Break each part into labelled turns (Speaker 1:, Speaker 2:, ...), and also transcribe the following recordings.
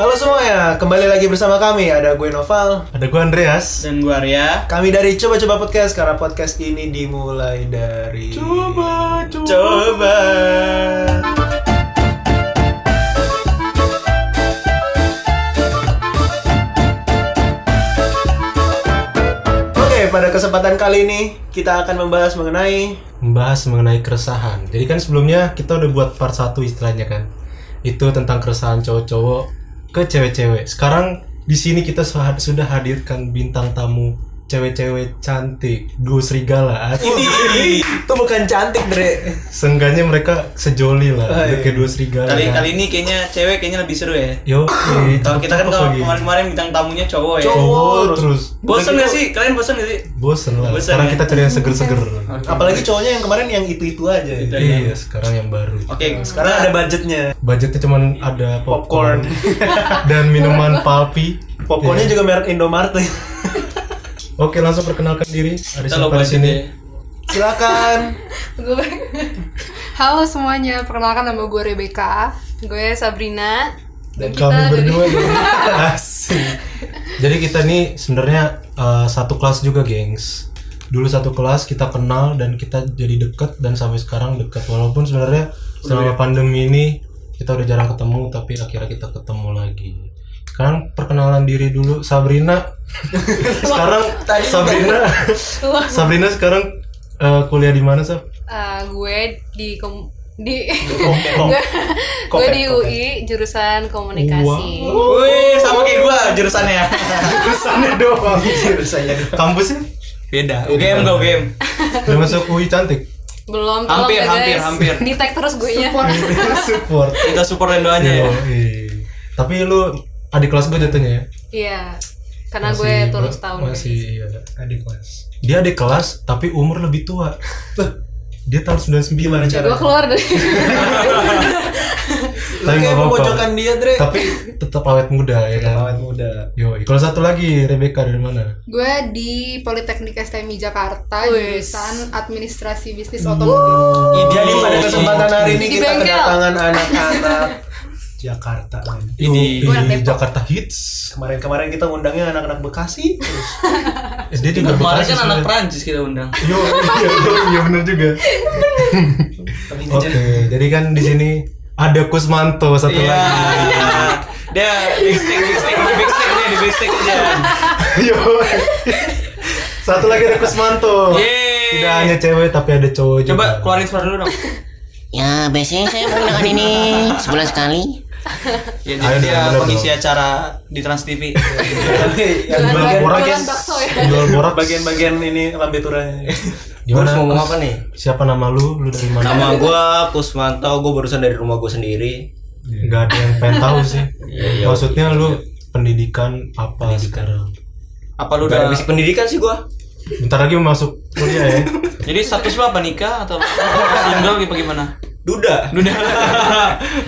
Speaker 1: Halo semuanya, kembali lagi bersama kami ada gue Noval.
Speaker 2: Ada gue Andreas.
Speaker 3: dan gua Arya
Speaker 1: Kami dari coba-coba podcast karena podcast ini dimulai dari
Speaker 3: coba
Speaker 1: Oke, pada kesempatan kali ini kita akan membahas mengenai
Speaker 2: Membahas mengenai keresahan. Jadi kan sebelumnya kita udah buat part 1 istilahnya kan. Itu tentang keresahan cowok-cowok ke cewek-cewek. Sekarang di sini kita suha- sudah hadirkan bintang tamu cewek-cewek cantik, duo serigala. Ah,
Speaker 1: itu bukan cantik, Dre.
Speaker 2: Seenggaknya mereka sejoli lah,
Speaker 1: Ah,
Speaker 2: udah
Speaker 1: iya.
Speaker 2: kayak duo serigala.
Speaker 3: kali kali ini kayaknya cewek kayaknya lebih seru ya
Speaker 2: Yo, eh,
Speaker 3: kalau kita
Speaker 2: cakep
Speaker 3: kan kalau
Speaker 2: lagi.
Speaker 3: kemarin-kemarin bintang tamunya cowok ya
Speaker 1: Cowok.
Speaker 2: cowok terus.
Speaker 3: bosen gak sih kalian bosen gak sih
Speaker 2: Bosen lah.
Speaker 3: Bosen
Speaker 2: Sekarang
Speaker 3: ya? Oh,
Speaker 2: kita cari yang seger-seger.
Speaker 1: Apalagi cowoknya yang kemarin yang itu-itu aja.
Speaker 3: gitu
Speaker 1: ya.
Speaker 2: Iya, sekarang yang baru.
Speaker 3: oke
Speaker 1: Sekarang ada budgetnya.
Speaker 2: Budgetnya cuman ada
Speaker 1: Popcorn.
Speaker 2: popcorn, dan minuman palpi.
Speaker 1: Popcornnya juga merek Indomart.
Speaker 2: Oke, langsung perkenalkan diri. Ada
Speaker 3: kita
Speaker 2: siapa di
Speaker 3: lupa
Speaker 2: sini?
Speaker 3: sini
Speaker 1: Silakan.
Speaker 4: gue halo semuanya perkenalkan nama gue Rebecca gue Sabrina
Speaker 2: Dan kami berdua ya. nih. Asik. Jadi kita nih sebenarnya uh, satu kelas juga, gengs. Dulu satu kelas kita kenal dan kita jadi deket dan sampai sekarang deket. Walaupun sebenarnya selama pandemi ini kita udah jarang ketemu, tapi akhirnya kita ketemu lagi. Sekarang perkenalan diri dulu, Sabrina. sekarang Sabrina. Sabrina sekarang uh, kuliah di mana, Sab? Oh,
Speaker 4: Eh, gue di kom- di
Speaker 1: Kompok.
Speaker 4: gue gue
Speaker 1: Kopek,
Speaker 4: di
Speaker 1: kopek.
Speaker 4: UI jurusan komunikasi
Speaker 3: Wih, sama kayak gua jurusannya.
Speaker 2: Kesannya doang.
Speaker 1: Saya
Speaker 2: Kampusnya?
Speaker 3: Beda. UGM gua UGM.
Speaker 2: Udah masuk UI cantik.
Speaker 4: belum tolong
Speaker 3: Hampir,
Speaker 4: ya,
Speaker 3: hampir,
Speaker 4: guys
Speaker 3: hampir.
Speaker 4: di tag terus gue ya. nya
Speaker 2: Iya. Support.
Speaker 3: Kita support dan doanya ya.
Speaker 2: Yoi. Iya, Tapi lu adik kelas gue jatuhnya ya?
Speaker 4: iya karena
Speaker 2: Masih
Speaker 4: gue turun
Speaker 2: ba-
Speaker 4: setahun
Speaker 2: Masih iya.
Speaker 1: adik kelas.
Speaker 2: Dia adik kelas tapi umur lebih tua. Lah, dia tahun 99 Gimana
Speaker 4: guys. gue keluar dari
Speaker 2: Tapi
Speaker 1: Kayak
Speaker 2: nggak apa-apa.
Speaker 1: memojokkan dia, Dre.
Speaker 2: Tapi tetap awet muda ya kan.
Speaker 1: Awet muda.
Speaker 2: Yoi. Kalau satu lagi Rebecca dari mana?
Speaker 5: Gue di Politeknik STMI Jakarta
Speaker 4: Wih.
Speaker 5: jurusan Administrasi Bisnis Otomotif.
Speaker 3: Iya,
Speaker 1: Jadi Iya, pada kesempatan hari ini
Speaker 4: Di
Speaker 1: kita
Speaker 4: bengkel.
Speaker 1: kedatangan anak-anak Jakarta men.
Speaker 2: Ini
Speaker 4: Luar Depok.
Speaker 2: Jakarta Hits.
Speaker 1: Kemarin-kemarin kita ngundangnya anak-anak Bekasi.
Speaker 2: Eh, dia juga
Speaker 3: Kemarin
Speaker 2: Bekasi
Speaker 3: kan anak
Speaker 2: sebenarnya.
Speaker 3: Prancis kita undang.
Speaker 2: Yo, iya, yo, iya bener juga.
Speaker 1: Tapi ini
Speaker 2: Oke,
Speaker 1: jadi-
Speaker 2: jadi kan di sini ada Kusmanto satu
Speaker 3: Iya.
Speaker 2: lagi.
Speaker 3: Dia big stick, big stick, di big stick dia di big stick aja.
Speaker 2: Yo. Satu lagi ada Kusmanto.
Speaker 3: Yeay.
Speaker 2: Tidak hanya cewek tapi ada cowok juga.
Speaker 3: Coba keluarin suara dulu dong.
Speaker 6: Ya, biasanya saya menggunakan ini sebulan sekali.
Speaker 3: Ya,
Speaker 2: Ayo,
Speaker 3: jadi dia
Speaker 2: bener dong.
Speaker 3: pengisi acara di Trans TV.
Speaker 1: Tapi yang
Speaker 2: Jual
Speaker 1: bagian-
Speaker 2: borak ya.
Speaker 4: jualan bakso ya.
Speaker 2: Jual borak.
Speaker 1: bagian-bagian ini lambe turanya.
Speaker 6: Gue
Speaker 2: Gimana?
Speaker 6: harus ngomong
Speaker 2: Kus?
Speaker 6: apa nih?
Speaker 2: Siapa nama lu? Lu dari mana?
Speaker 6: Nama gua Kusmanto, gua barusan dari rumah gua sendiri.
Speaker 2: Gak ada yang pengen tahu sih.
Speaker 6: Iya, iya.
Speaker 2: Maksudnya lu pendidikan apa sekarang?
Speaker 3: Apa lu
Speaker 6: Udah
Speaker 3: udah
Speaker 6: habis pendidikan sih gua.
Speaker 2: Bentar lagi mau masuk kuliah ya.
Speaker 3: Jadi status lu apa nikah atau single apa gimana?
Speaker 6: Duda.
Speaker 3: Duda.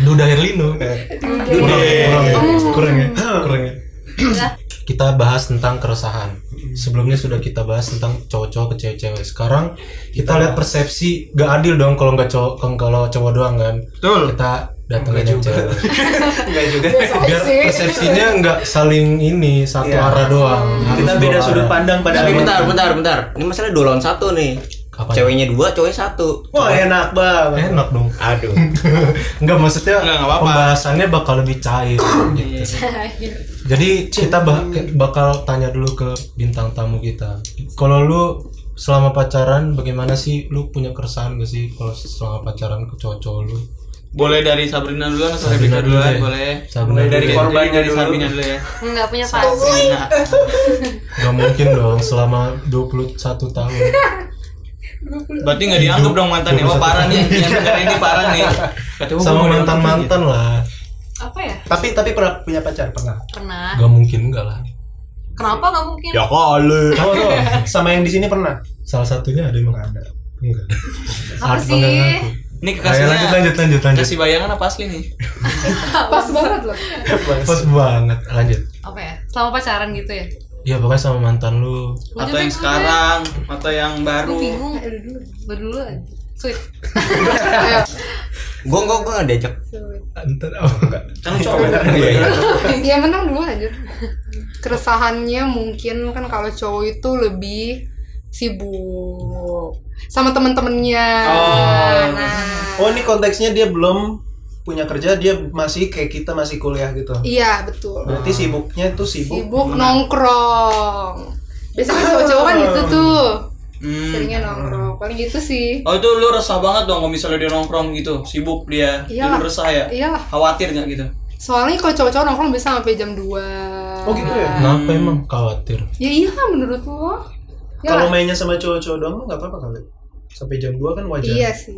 Speaker 2: Duda Herlino. Kurang ya? Kurang ya? Kurang ya? kita bahas tentang keresahan. Sebelumnya sudah kita bahas tentang cowok-cowok ke cewek-cewek. Sekarang kita, lihat persepsi gak adil dong kalau nggak cowok kalau cowok doang kan.
Speaker 3: Betul.
Speaker 2: Kita datengin yang cewek.
Speaker 1: Enggak juga.
Speaker 5: Iya,
Speaker 2: Biar persepsinya nggak saling ini satu arah doang.
Speaker 1: Kita beda sudut pandang pada
Speaker 6: Tapi
Speaker 1: hari
Speaker 6: bentar,
Speaker 1: ini.
Speaker 6: bentar, bentar. Ini masalah dua lawan satu nih.
Speaker 2: Apa?
Speaker 6: Ceweknya dua, cowoknya satu.
Speaker 1: Wah, enak banget.
Speaker 2: Enak dong.
Speaker 6: Aduh.
Speaker 2: Enggak maksudnya
Speaker 3: Nggak, nggak apa-apa. Iya,
Speaker 2: pembahasannya bakal lebih cair gitu. Jadi kita ba-
Speaker 6: Hmm.
Speaker 2: bakal tanya dulu ke bintang tamu kita. Kalau lu selama pacaran bagaimana sih lu punya keresahan gak sih kalau selama pacaran ke cowok-cowok lu?
Speaker 3: Boleh dari Sabrina duluan atau
Speaker 2: Sabrina
Speaker 3: Rebecca
Speaker 2: dulu
Speaker 3: duluan?
Speaker 2: deh.
Speaker 3: ya, Boleh.
Speaker 2: Sabrina
Speaker 3: Mulai
Speaker 2: dulu
Speaker 3: dari
Speaker 2: deh.
Speaker 3: korbannya
Speaker 1: Dari
Speaker 3: dulu.
Speaker 1: Sabrina
Speaker 3: Sabrina dulu ya. Nah,
Speaker 4: nggak punya pacar
Speaker 2: Gak mungkin dong selama 21 tahun.
Speaker 3: Berarti nggak dianggap dong mantannya. Wah parah nih. Yang denger ini parah nih. Kata gua,
Speaker 2: Sama
Speaker 3: gua udah
Speaker 2: mantan-mantan lah.
Speaker 4: apa ya
Speaker 1: Tapi tapi pernah punya pacar pernah.
Speaker 4: pernah
Speaker 2: Gak mungkin enggak lah.
Speaker 4: kenapa nggak mungkin
Speaker 6: ya kali.
Speaker 1: Oh, tuh, sama yang di sini pernah.
Speaker 2: Salah satunya ada emang ada. Enggak.
Speaker 4: apa
Speaker 2: Ada
Speaker 4: sih
Speaker 2: enggak ngaku.
Speaker 3: Ini
Speaker 2: Ayo
Speaker 3: kekasihnya.
Speaker 2: lanjut lanjut lanjut lanjut.
Speaker 3: Kasih bayangan apa asli nih?
Speaker 5: Pas banget loh.
Speaker 2: Pas banget lanjut.
Speaker 4: apa ya selama pacaran gitu ya
Speaker 2: Iya pokoknya sama mantan lu
Speaker 4: Gua
Speaker 3: Atau
Speaker 4: juga
Speaker 3: yang
Speaker 4: dulu
Speaker 3: sekarang? Atau yang
Speaker 4: Gue
Speaker 3: baru?
Speaker 4: bingung. Gue dulu aja. Sweet.
Speaker 7: Gue gue gue nggak diajak.
Speaker 2: Entar oh, enggak.
Speaker 3: Kan cowok.
Speaker 5: Iya menang dulu anjir. Keresahannya mungkin kan kalau cowok itu lebih sibuk sama temen-temennya. Nah,
Speaker 1: Oh ini konteksnya dia belum punya kerja, dia masih kayak kita masih kuliah gitu.
Speaker 5: iya betul.
Speaker 1: Berarti sibuknya itu sibuk. Oh.
Speaker 5: Sibuk nongkrong. Biasanya cowok-cowok kan gitu tuh.
Speaker 3: Hmm.
Speaker 1: Hmm.
Speaker 5: Seringnya nongkrong. Paling gitu sih.
Speaker 3: Oh itu lu resah banget dong kalau misalnya dia nongkrong gitu, sibuk dia, jadi
Speaker 5: Iyalah.
Speaker 3: lu resah ya?
Speaker 5: Iyalah.
Speaker 3: Khawatir nggak gitu?
Speaker 5: Soalnya kalau cowok-cowok nongkrong bisa sampai jam 2.
Speaker 1: Oh gitu ya.
Speaker 2: Kenapa
Speaker 5: Hmm.
Speaker 2: emang khawatir?
Speaker 5: Ya iya menurut lo. Ya.
Speaker 1: Kalau mainnya sama cowok-cowok doang mah nggak apa-apa kali. Sampai jam 2 kan wajar.
Speaker 5: Iya sih.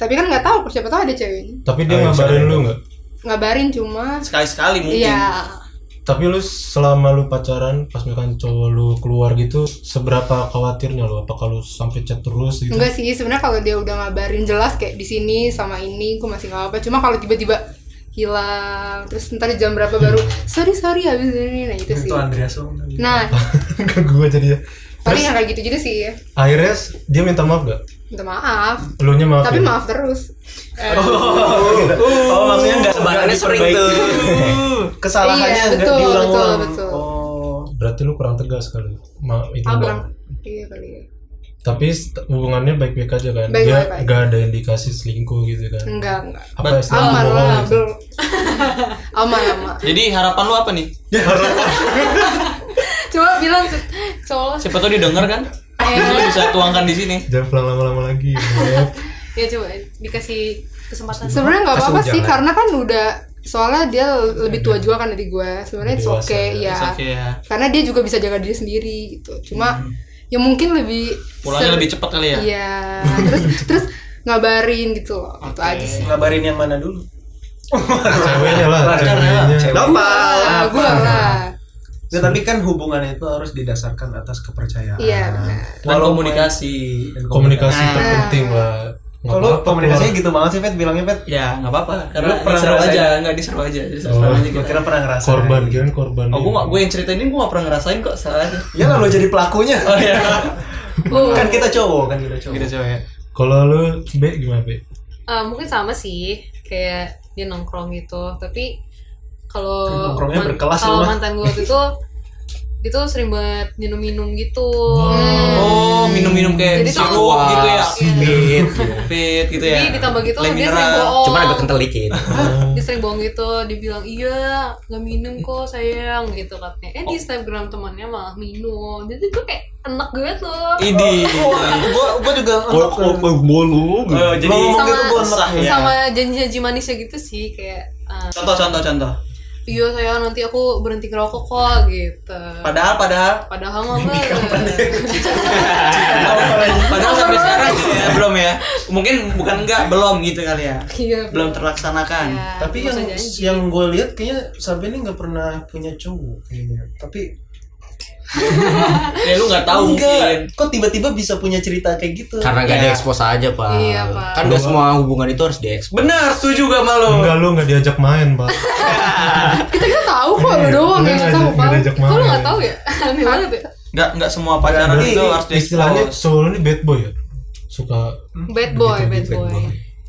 Speaker 5: Tapi kan nggak tahu siapa tahu ada ceweknya.
Speaker 2: Tapi dia
Speaker 7: Ayo,
Speaker 2: ngabarin
Speaker 7: misalnya.
Speaker 2: lu nggak?
Speaker 5: Ngabarin cuma
Speaker 3: Sekali-sekali mungkin.
Speaker 5: iya.
Speaker 2: Tapi lu selama lu pacaran, pas misalkan cowok lu keluar gitu, seberapa khawatirnya lu? Apa kalau sampai chat terus gitu?
Speaker 5: Enggak sih, sebenarnya kalau dia udah ngabarin jelas kayak di sini sama ini gue masih nggak apa. Cuma kalau tiba-tiba hilang terus ntar jam berapa baru sorry sorry habis ini nah itu
Speaker 1: Itu
Speaker 5: sih
Speaker 1: Andreas Wong.
Speaker 5: nah
Speaker 2: Enggak gua jadi.
Speaker 5: paling yang kayak gitu gitu sih
Speaker 2: Akhirnya s- dia minta maaf gak?
Speaker 5: minta maaf
Speaker 2: Lu nya maaf.
Speaker 5: tapi maaf terus
Speaker 1: Oh maksudnya nggak
Speaker 7: Sebarannya
Speaker 1: nggak
Speaker 7: sering
Speaker 1: diperbaiki.
Speaker 7: tuh.
Speaker 1: Kesalahannya
Speaker 5: Iya,
Speaker 1: nggak
Speaker 5: betul,
Speaker 1: diulang-ulang.
Speaker 5: betul, betul.
Speaker 1: Oh.
Speaker 2: Berarti lu kurang tegas kali. Ma itu.
Speaker 5: ah
Speaker 2: enggak.
Speaker 5: kurang iya kali ya
Speaker 2: Tapi st- hubungannya baik-baik aja kan?
Speaker 5: Baik-baik
Speaker 2: dia
Speaker 5: aja.
Speaker 2: nggak ada indikasi selingkuh gitu kan?
Speaker 5: enggak enggak
Speaker 2: Apa istilah
Speaker 5: aman
Speaker 2: bohong
Speaker 5: lah
Speaker 2: gitu?
Speaker 5: belum aman aman
Speaker 3: Jadi harapan lu apa nih?
Speaker 4: Coba bilang ke cowok
Speaker 3: Siapa tau dia denger kan? Terus lu bisa tuangkan di sini.
Speaker 2: Jangan pulang lama-lama lagi. Beb.
Speaker 4: ya coba dikasih kesempatan.
Speaker 5: sebenarnya nggak
Speaker 2: Kasih
Speaker 5: apa-apa sih
Speaker 2: ujangan.
Speaker 5: karena kan udah soalnya dia lebih tua juga kan dari gue sebenarnya it's
Speaker 2: Dewasa,
Speaker 5: okay ya
Speaker 3: It's okay, ya.
Speaker 5: karena dia juga bisa jaga diri sendiri gitu cuma ya mungkin lebih
Speaker 3: Pulangnya
Speaker 5: ser-
Speaker 3: lebih cepat kali ya.
Speaker 5: iya terus terus ngabarin gitu loh itu aja sih
Speaker 1: Ngabarin yang mana dulu?
Speaker 2: Ceweknya lah,
Speaker 3: Pacar lah,
Speaker 2: ceweknya.
Speaker 7: cewek.
Speaker 1: Ah,
Speaker 5: Wah,
Speaker 1: Nopal.
Speaker 5: gue Ah, lah
Speaker 1: Ya, tapi kan hubungan itu harus didasarkan atas kepercayaan.
Speaker 5: Iya, benar.
Speaker 3: Dan
Speaker 1: Walaupun-
Speaker 3: komunikasi.
Speaker 1: Dan
Speaker 2: Komunikasi
Speaker 3: Nah.
Speaker 2: terpenting lah. Nggak
Speaker 1: Kalau
Speaker 2: apa-apa,
Speaker 1: komunikasinya gitu banget sih, Pet, bilangnya Pet.
Speaker 3: Ya nggak apa-apa.
Speaker 1: Lu
Speaker 3: Karena
Speaker 1: pernah
Speaker 3: seru
Speaker 1: ngerasain?
Speaker 3: aja, nggak diseru aja. Jadi seru
Speaker 2: Oh.
Speaker 3: aja
Speaker 1: Gue
Speaker 3: gitu.
Speaker 1: kira pernah ngerasain.
Speaker 2: korban kan korban.
Speaker 3: Oh gue gue yang cerita ini gue gak pernah ngerasain kok salah.
Speaker 1: Ya kalau jadi pelakunya.
Speaker 3: Oh iya.
Speaker 1: kan kita cowok, kan kita cowok.
Speaker 3: Gitu coba ya.
Speaker 2: Kalau lu B gimana B?
Speaker 4: Eh, mungkin sama sih kayak dia nongkrong gitu tapi kalau
Speaker 1: Eh, Nongkrongnya berkelas
Speaker 4: kalau
Speaker 1: lu mah.
Speaker 4: mantan gue waktu itu itu sering banget minum-minum gitu
Speaker 3: Oh minum-minum kayak
Speaker 4: Jadi tuh-
Speaker 3: sirup gitu ya.
Speaker 7: Fit.
Speaker 3: Fit gitu ya.
Speaker 4: jadi ditambah gitu
Speaker 3: Lem
Speaker 4: dia
Speaker 3: mineral.
Speaker 4: sering bohong
Speaker 7: Cuman agak kental dikit.
Speaker 4: dia sering bohong gitu dibilang iya nggak minum kok sayang gitu katanya
Speaker 3: Oh.
Speaker 4: eh di snapgram temannya malah minum jadi gue kayak enak gue tuh
Speaker 3: Idi.
Speaker 1: Gue gue juga ngelok tuh.
Speaker 7: bolu.
Speaker 3: Eh, jadi
Speaker 1: Ngomong
Speaker 4: sama
Speaker 1: gitu gua enak
Speaker 3: ya.
Speaker 4: sama janji-janji manisnya gitu sih kayak eh,
Speaker 3: Contoh contoh contoh.
Speaker 4: iya sayang nanti aku berhenti ngerokok kok gitu
Speaker 3: Padahal padahal
Speaker 4: padahal mah belum
Speaker 1: Eh,
Speaker 3: padahal sampai sekarang gitu ya, belum ya. Mungkin bukan enggak belum gitu kali ya.
Speaker 4: iya
Speaker 3: Belum terlaksanakan.
Speaker 4: Ya,
Speaker 1: Tapi yang
Speaker 4: maksudnya janji.
Speaker 1: yang gue lihat kayaknya Sabi ini nggak pernah punya cowok kayaknya. Tapi
Speaker 3: Ya lu nggak tahu mungkin.
Speaker 1: enggak, kok tiba-tiba bisa punya cerita kayak gitu?
Speaker 7: Karena gak ada expose aja pak.
Speaker 4: Iya, Pak.
Speaker 7: Kan gak semua hubungan itu harus diekspos.
Speaker 3: Benar, setuju gak malu.
Speaker 2: Enggak lu nggak diajak main pak.
Speaker 5: kita kita tahu kok
Speaker 2: Iya,
Speaker 5: lu doang yang
Speaker 2: nggak
Speaker 5: tahu
Speaker 2: diajak- nggak
Speaker 5: pak
Speaker 2: diajak
Speaker 4: kok
Speaker 2: main.
Speaker 4: lu nggak tahu ya aneh banget ya
Speaker 3: Enggak enggak semua pacaran
Speaker 1: Berarti
Speaker 3: itu harus di
Speaker 2: Istilahnya cowok lu ini bad boy ya? Suka
Speaker 4: bad boy bad
Speaker 2: gitu,
Speaker 4: boy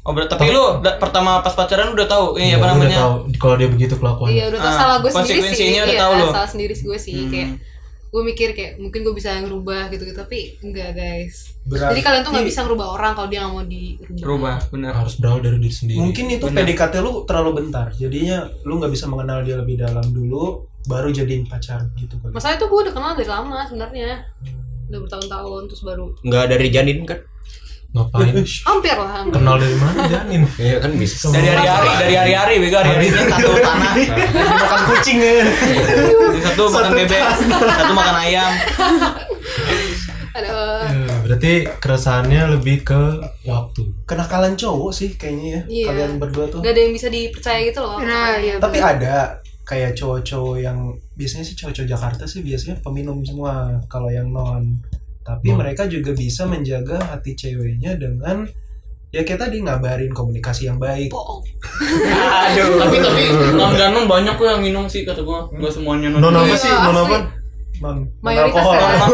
Speaker 3: Oh, ber- tapi lu da- pertama pas pacaran udah tahu
Speaker 2: Iya,
Speaker 3: ini apa
Speaker 2: lu udah
Speaker 3: namanya?
Speaker 2: tahu kalau dia begitu kelakuannya.
Speaker 4: iya udah tau
Speaker 3: Ah,
Speaker 4: salah gue sendiri sih
Speaker 3: konsekuensinya udah
Speaker 4: iya
Speaker 3: tahu lu.
Speaker 4: salah sendiri gue sih kayak gue mikir kayak mungkin gue bisa ngerubah gitu gitu tapi enggak guys jadi kalian tuh nggak bisa ngerubah orang kalau dia nggak mau dirubah
Speaker 3: Berubah, benar.
Speaker 2: Harus berawal dari diri sendiri.
Speaker 1: Mungkin itu PDKT lu terlalu bentar. Jadinya lu nggak bisa mengenal dia lebih dalam dulu baru jadiin pacar gitu kali.
Speaker 4: masalahnya tuh gue udah kenal dari lama sebenarnya udah bertahun-tahun terus baru
Speaker 7: Gak dari janin kan?
Speaker 2: Ngapain?
Speaker 4: hampir lah hampir.
Speaker 2: Kenal dari mana janin?
Speaker 7: Iya kan bisa.
Speaker 3: Dari hari-hari, dari hari-hari bego hari-harinya satu tanah,
Speaker 1: Makan kucing ya.
Speaker 3: satu makan bebek, satu makan ayam.
Speaker 4: ada
Speaker 2: Eh, Berarti keresahannya lebih ke waktu.
Speaker 1: Kenakalan cowok sih kayaknya ya.
Speaker 4: Iya.
Speaker 1: Kalian berdua tuh.
Speaker 4: nggak ada yang bisa dipercaya gitu loh
Speaker 5: nah iya
Speaker 1: Tapi ada kayak cowok-cowok yang biasanya sih cowok-cowok Jakarta sih biasanya peminum semua kalau yang non. Tapi mereka juga bisa menjaga hati ceweknya dengan ya kita tadi ngabarin komunikasi yang baik.
Speaker 4: bohong
Speaker 3: Aduh. Tapi tapi langganan banyak kok yang minum sih kata gua. Enggak semuanya non.
Speaker 2: Non
Speaker 3: Non
Speaker 2: apa sih? Non apa?
Speaker 1: Non
Speaker 4: Mayoritas
Speaker 1: alkohol.
Speaker 4: kan.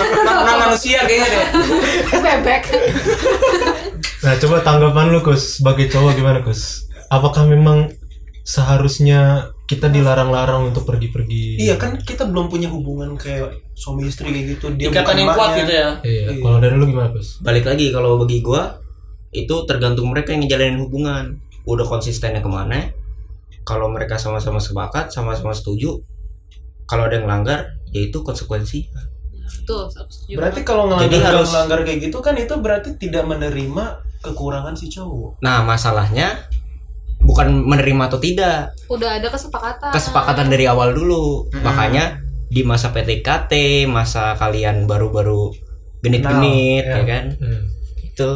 Speaker 3: non manusia kayaknya deh.
Speaker 5: bebek
Speaker 2: Nah, coba tanggapan lu Kus sebagai cowok gimana Kus? Apakah memang seharusnya kita dilarang-larang untuk pergi-pergi?
Speaker 1: Iya kan kita belum punya hubungan kayak suami istri kayak gitu. Dia
Speaker 3: Ikatan
Speaker 1: bukan
Speaker 3: yang kuat
Speaker 1: emaknya.
Speaker 3: gitu ya.
Speaker 2: Iya. Kalau dari lu gimana Kus?
Speaker 7: balik lagi kalau bagi gua itu tergantung mereka yang ngejalanin hubungan udah konsistennya kemana kalau mereka sama-sama sepakat sama-sama setuju kalau ada yang ya langgar yaitu konsekuensi
Speaker 4: Betul, gitu, aku setuju.
Speaker 1: Berarti kalau ngelanggar
Speaker 7: Jadi harus-
Speaker 1: ngelanggar kayak gitu kan itu berarti tidak menerima kekurangan si cowok.
Speaker 7: nah masalahnya bukan menerima atau tidak
Speaker 4: banget. udah ada kesepakatan.
Speaker 7: kesepakatan dari awal dulu
Speaker 3: Mm-mm.
Speaker 7: makanya di masa PTKT masa kalian baru-baru genit-genit
Speaker 1: Kenal,
Speaker 7: ya
Speaker 1: ya.
Speaker 7: kan
Speaker 5: Iya.
Speaker 7: itu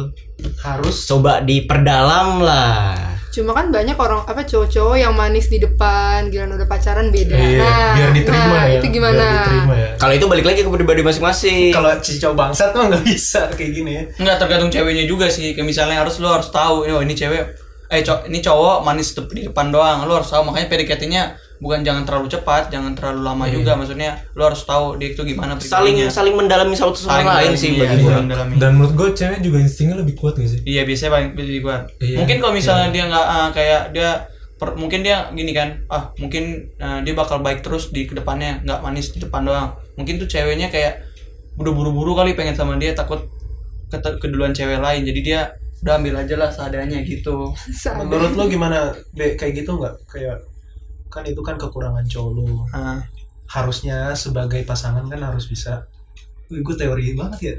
Speaker 1: Harus
Speaker 7: coba diperdalam lah
Speaker 5: Cuma kan banyak orang apa cowok-cowok yang manis di depan, giliran udah pacaran beda.
Speaker 2: Iya, biar diterima
Speaker 5: nah,
Speaker 2: ya.
Speaker 5: Itu gimana?
Speaker 2: Biar diterima ya.
Speaker 7: kalau itu balik lagi ke pribadi masing-masing
Speaker 1: kalau si cowok bangsat mah nggak bisa kayak gini ya.
Speaker 3: Enggak tergantung ceweknya juga sih. Kayak misalnya harus lo harus tahu, oh ini cewek eh co- ini cowok manis dep- di depan doang. Lo harus tahu makanya PDKT-nya bukan jangan terlalu cepat, jangan terlalu lama juga maksudnya. Lo harus tahu dia itu gimana
Speaker 7: Iya. saling
Speaker 3: pribadinya.
Speaker 7: saling mendalami satu sama
Speaker 3: Saling
Speaker 7: lain
Speaker 3: mendalami,
Speaker 7: sih
Speaker 3: iya,
Speaker 7: bagi
Speaker 3: iya,
Speaker 7: gua.
Speaker 3: mendalami.
Speaker 2: Dan menurut gue cewek juga instingnya lebih kuat gak sih?
Speaker 3: Iya biasanya paling bisa dikuat.
Speaker 2: Iya.
Speaker 3: Mungkin kalau misalnya dia nggak ah, kayak dia per- mungkin dia gini kan, ah mungkin ah, dia bakal baik terus di kedepannya, nggak manis di depan doang. Mungkin tuh ceweknya kayak udah buru-buru kali pengen sama dia takut kete- keduluan cewek lain, jadi dia udah ambil aja lah seadanya gitu.
Speaker 1: Menurut lo gimana? Be, kayak gitu nggak? Kayak kan itu kan kekurangan cowok lo.
Speaker 3: Ah,
Speaker 1: Harusnya sebagai pasangan kan harus bisa. Wih, gue teori banget ya.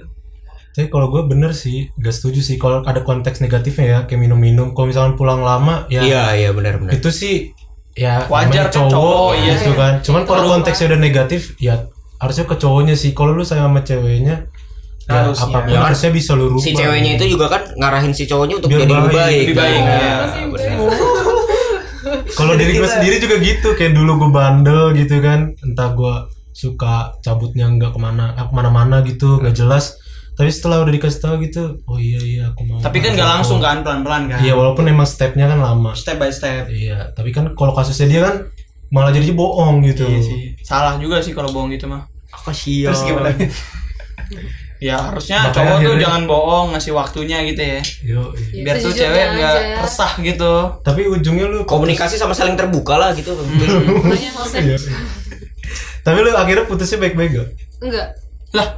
Speaker 2: Tapi kalau gue bener sih, gak setuju sih kalau ada konteks negatifnya ya, kayak minum-minum. Kalau misalkan pulang lama, ya
Speaker 7: Iya iya benar benar.
Speaker 2: itu sih ya
Speaker 3: Nah, Wajar
Speaker 2: namanya
Speaker 3: kan cowok, iya.
Speaker 2: gitu kan. Cuman kalau konteksnya udah negatif, ya harusnya ke cowoknya sih. Kalau lu sayang sama ceweknya, ya
Speaker 1: Harusnya.
Speaker 2: apapun
Speaker 7: Ya kan
Speaker 2: harusnya bisa lu rubah.
Speaker 7: Si ceweknya itu juga kan ngarahin si cowoknya untuk
Speaker 2: Biar
Speaker 7: jadi lebih
Speaker 2: baik.
Speaker 7: baik.
Speaker 3: Lebih baik,
Speaker 7: Nah,
Speaker 3: ya.
Speaker 7: benar.
Speaker 2: Kalau diri gue sendiri juga gitu, kayak dulu gue bandel gitu kan, entah gue suka cabutnya nggak kemana, ah, kemana-mana gitu,
Speaker 3: Hmm.
Speaker 2: nggak jelas. Tapi setelah udah dikasih tahu gitu, oh iya iya aku mau.
Speaker 3: Tapi kan nggak langsung kan pelan-pelan kan.
Speaker 2: Iya walaupun emang stepnya kan lama.
Speaker 3: Step by step.
Speaker 2: Iya, tapi kan kalau kasusnya dia kan malah jadi bohong gitu.
Speaker 3: Iya sih. Salah juga sih kalau bohong gitu mah.
Speaker 7: Aku sial.
Speaker 1: Terus gimana?
Speaker 3: Ya harusnya
Speaker 2: Makanya
Speaker 3: cowok tuh
Speaker 2: akhirnya-
Speaker 3: jangan bohong ngasih waktunya gitu ya.
Speaker 2: Yo, iya.
Speaker 3: Biar tuh
Speaker 4: sejujurnya
Speaker 3: cewek nggak
Speaker 4: aja.
Speaker 3: resah gitu.
Speaker 2: Tapi ujungnya lu
Speaker 7: Komunikasi sama saling terbuka lah gitu.
Speaker 4: Makanya selesai.
Speaker 2: Iya, iya. Tapi lu akhirnya putusnya baik-baik gak?
Speaker 4: Enggak,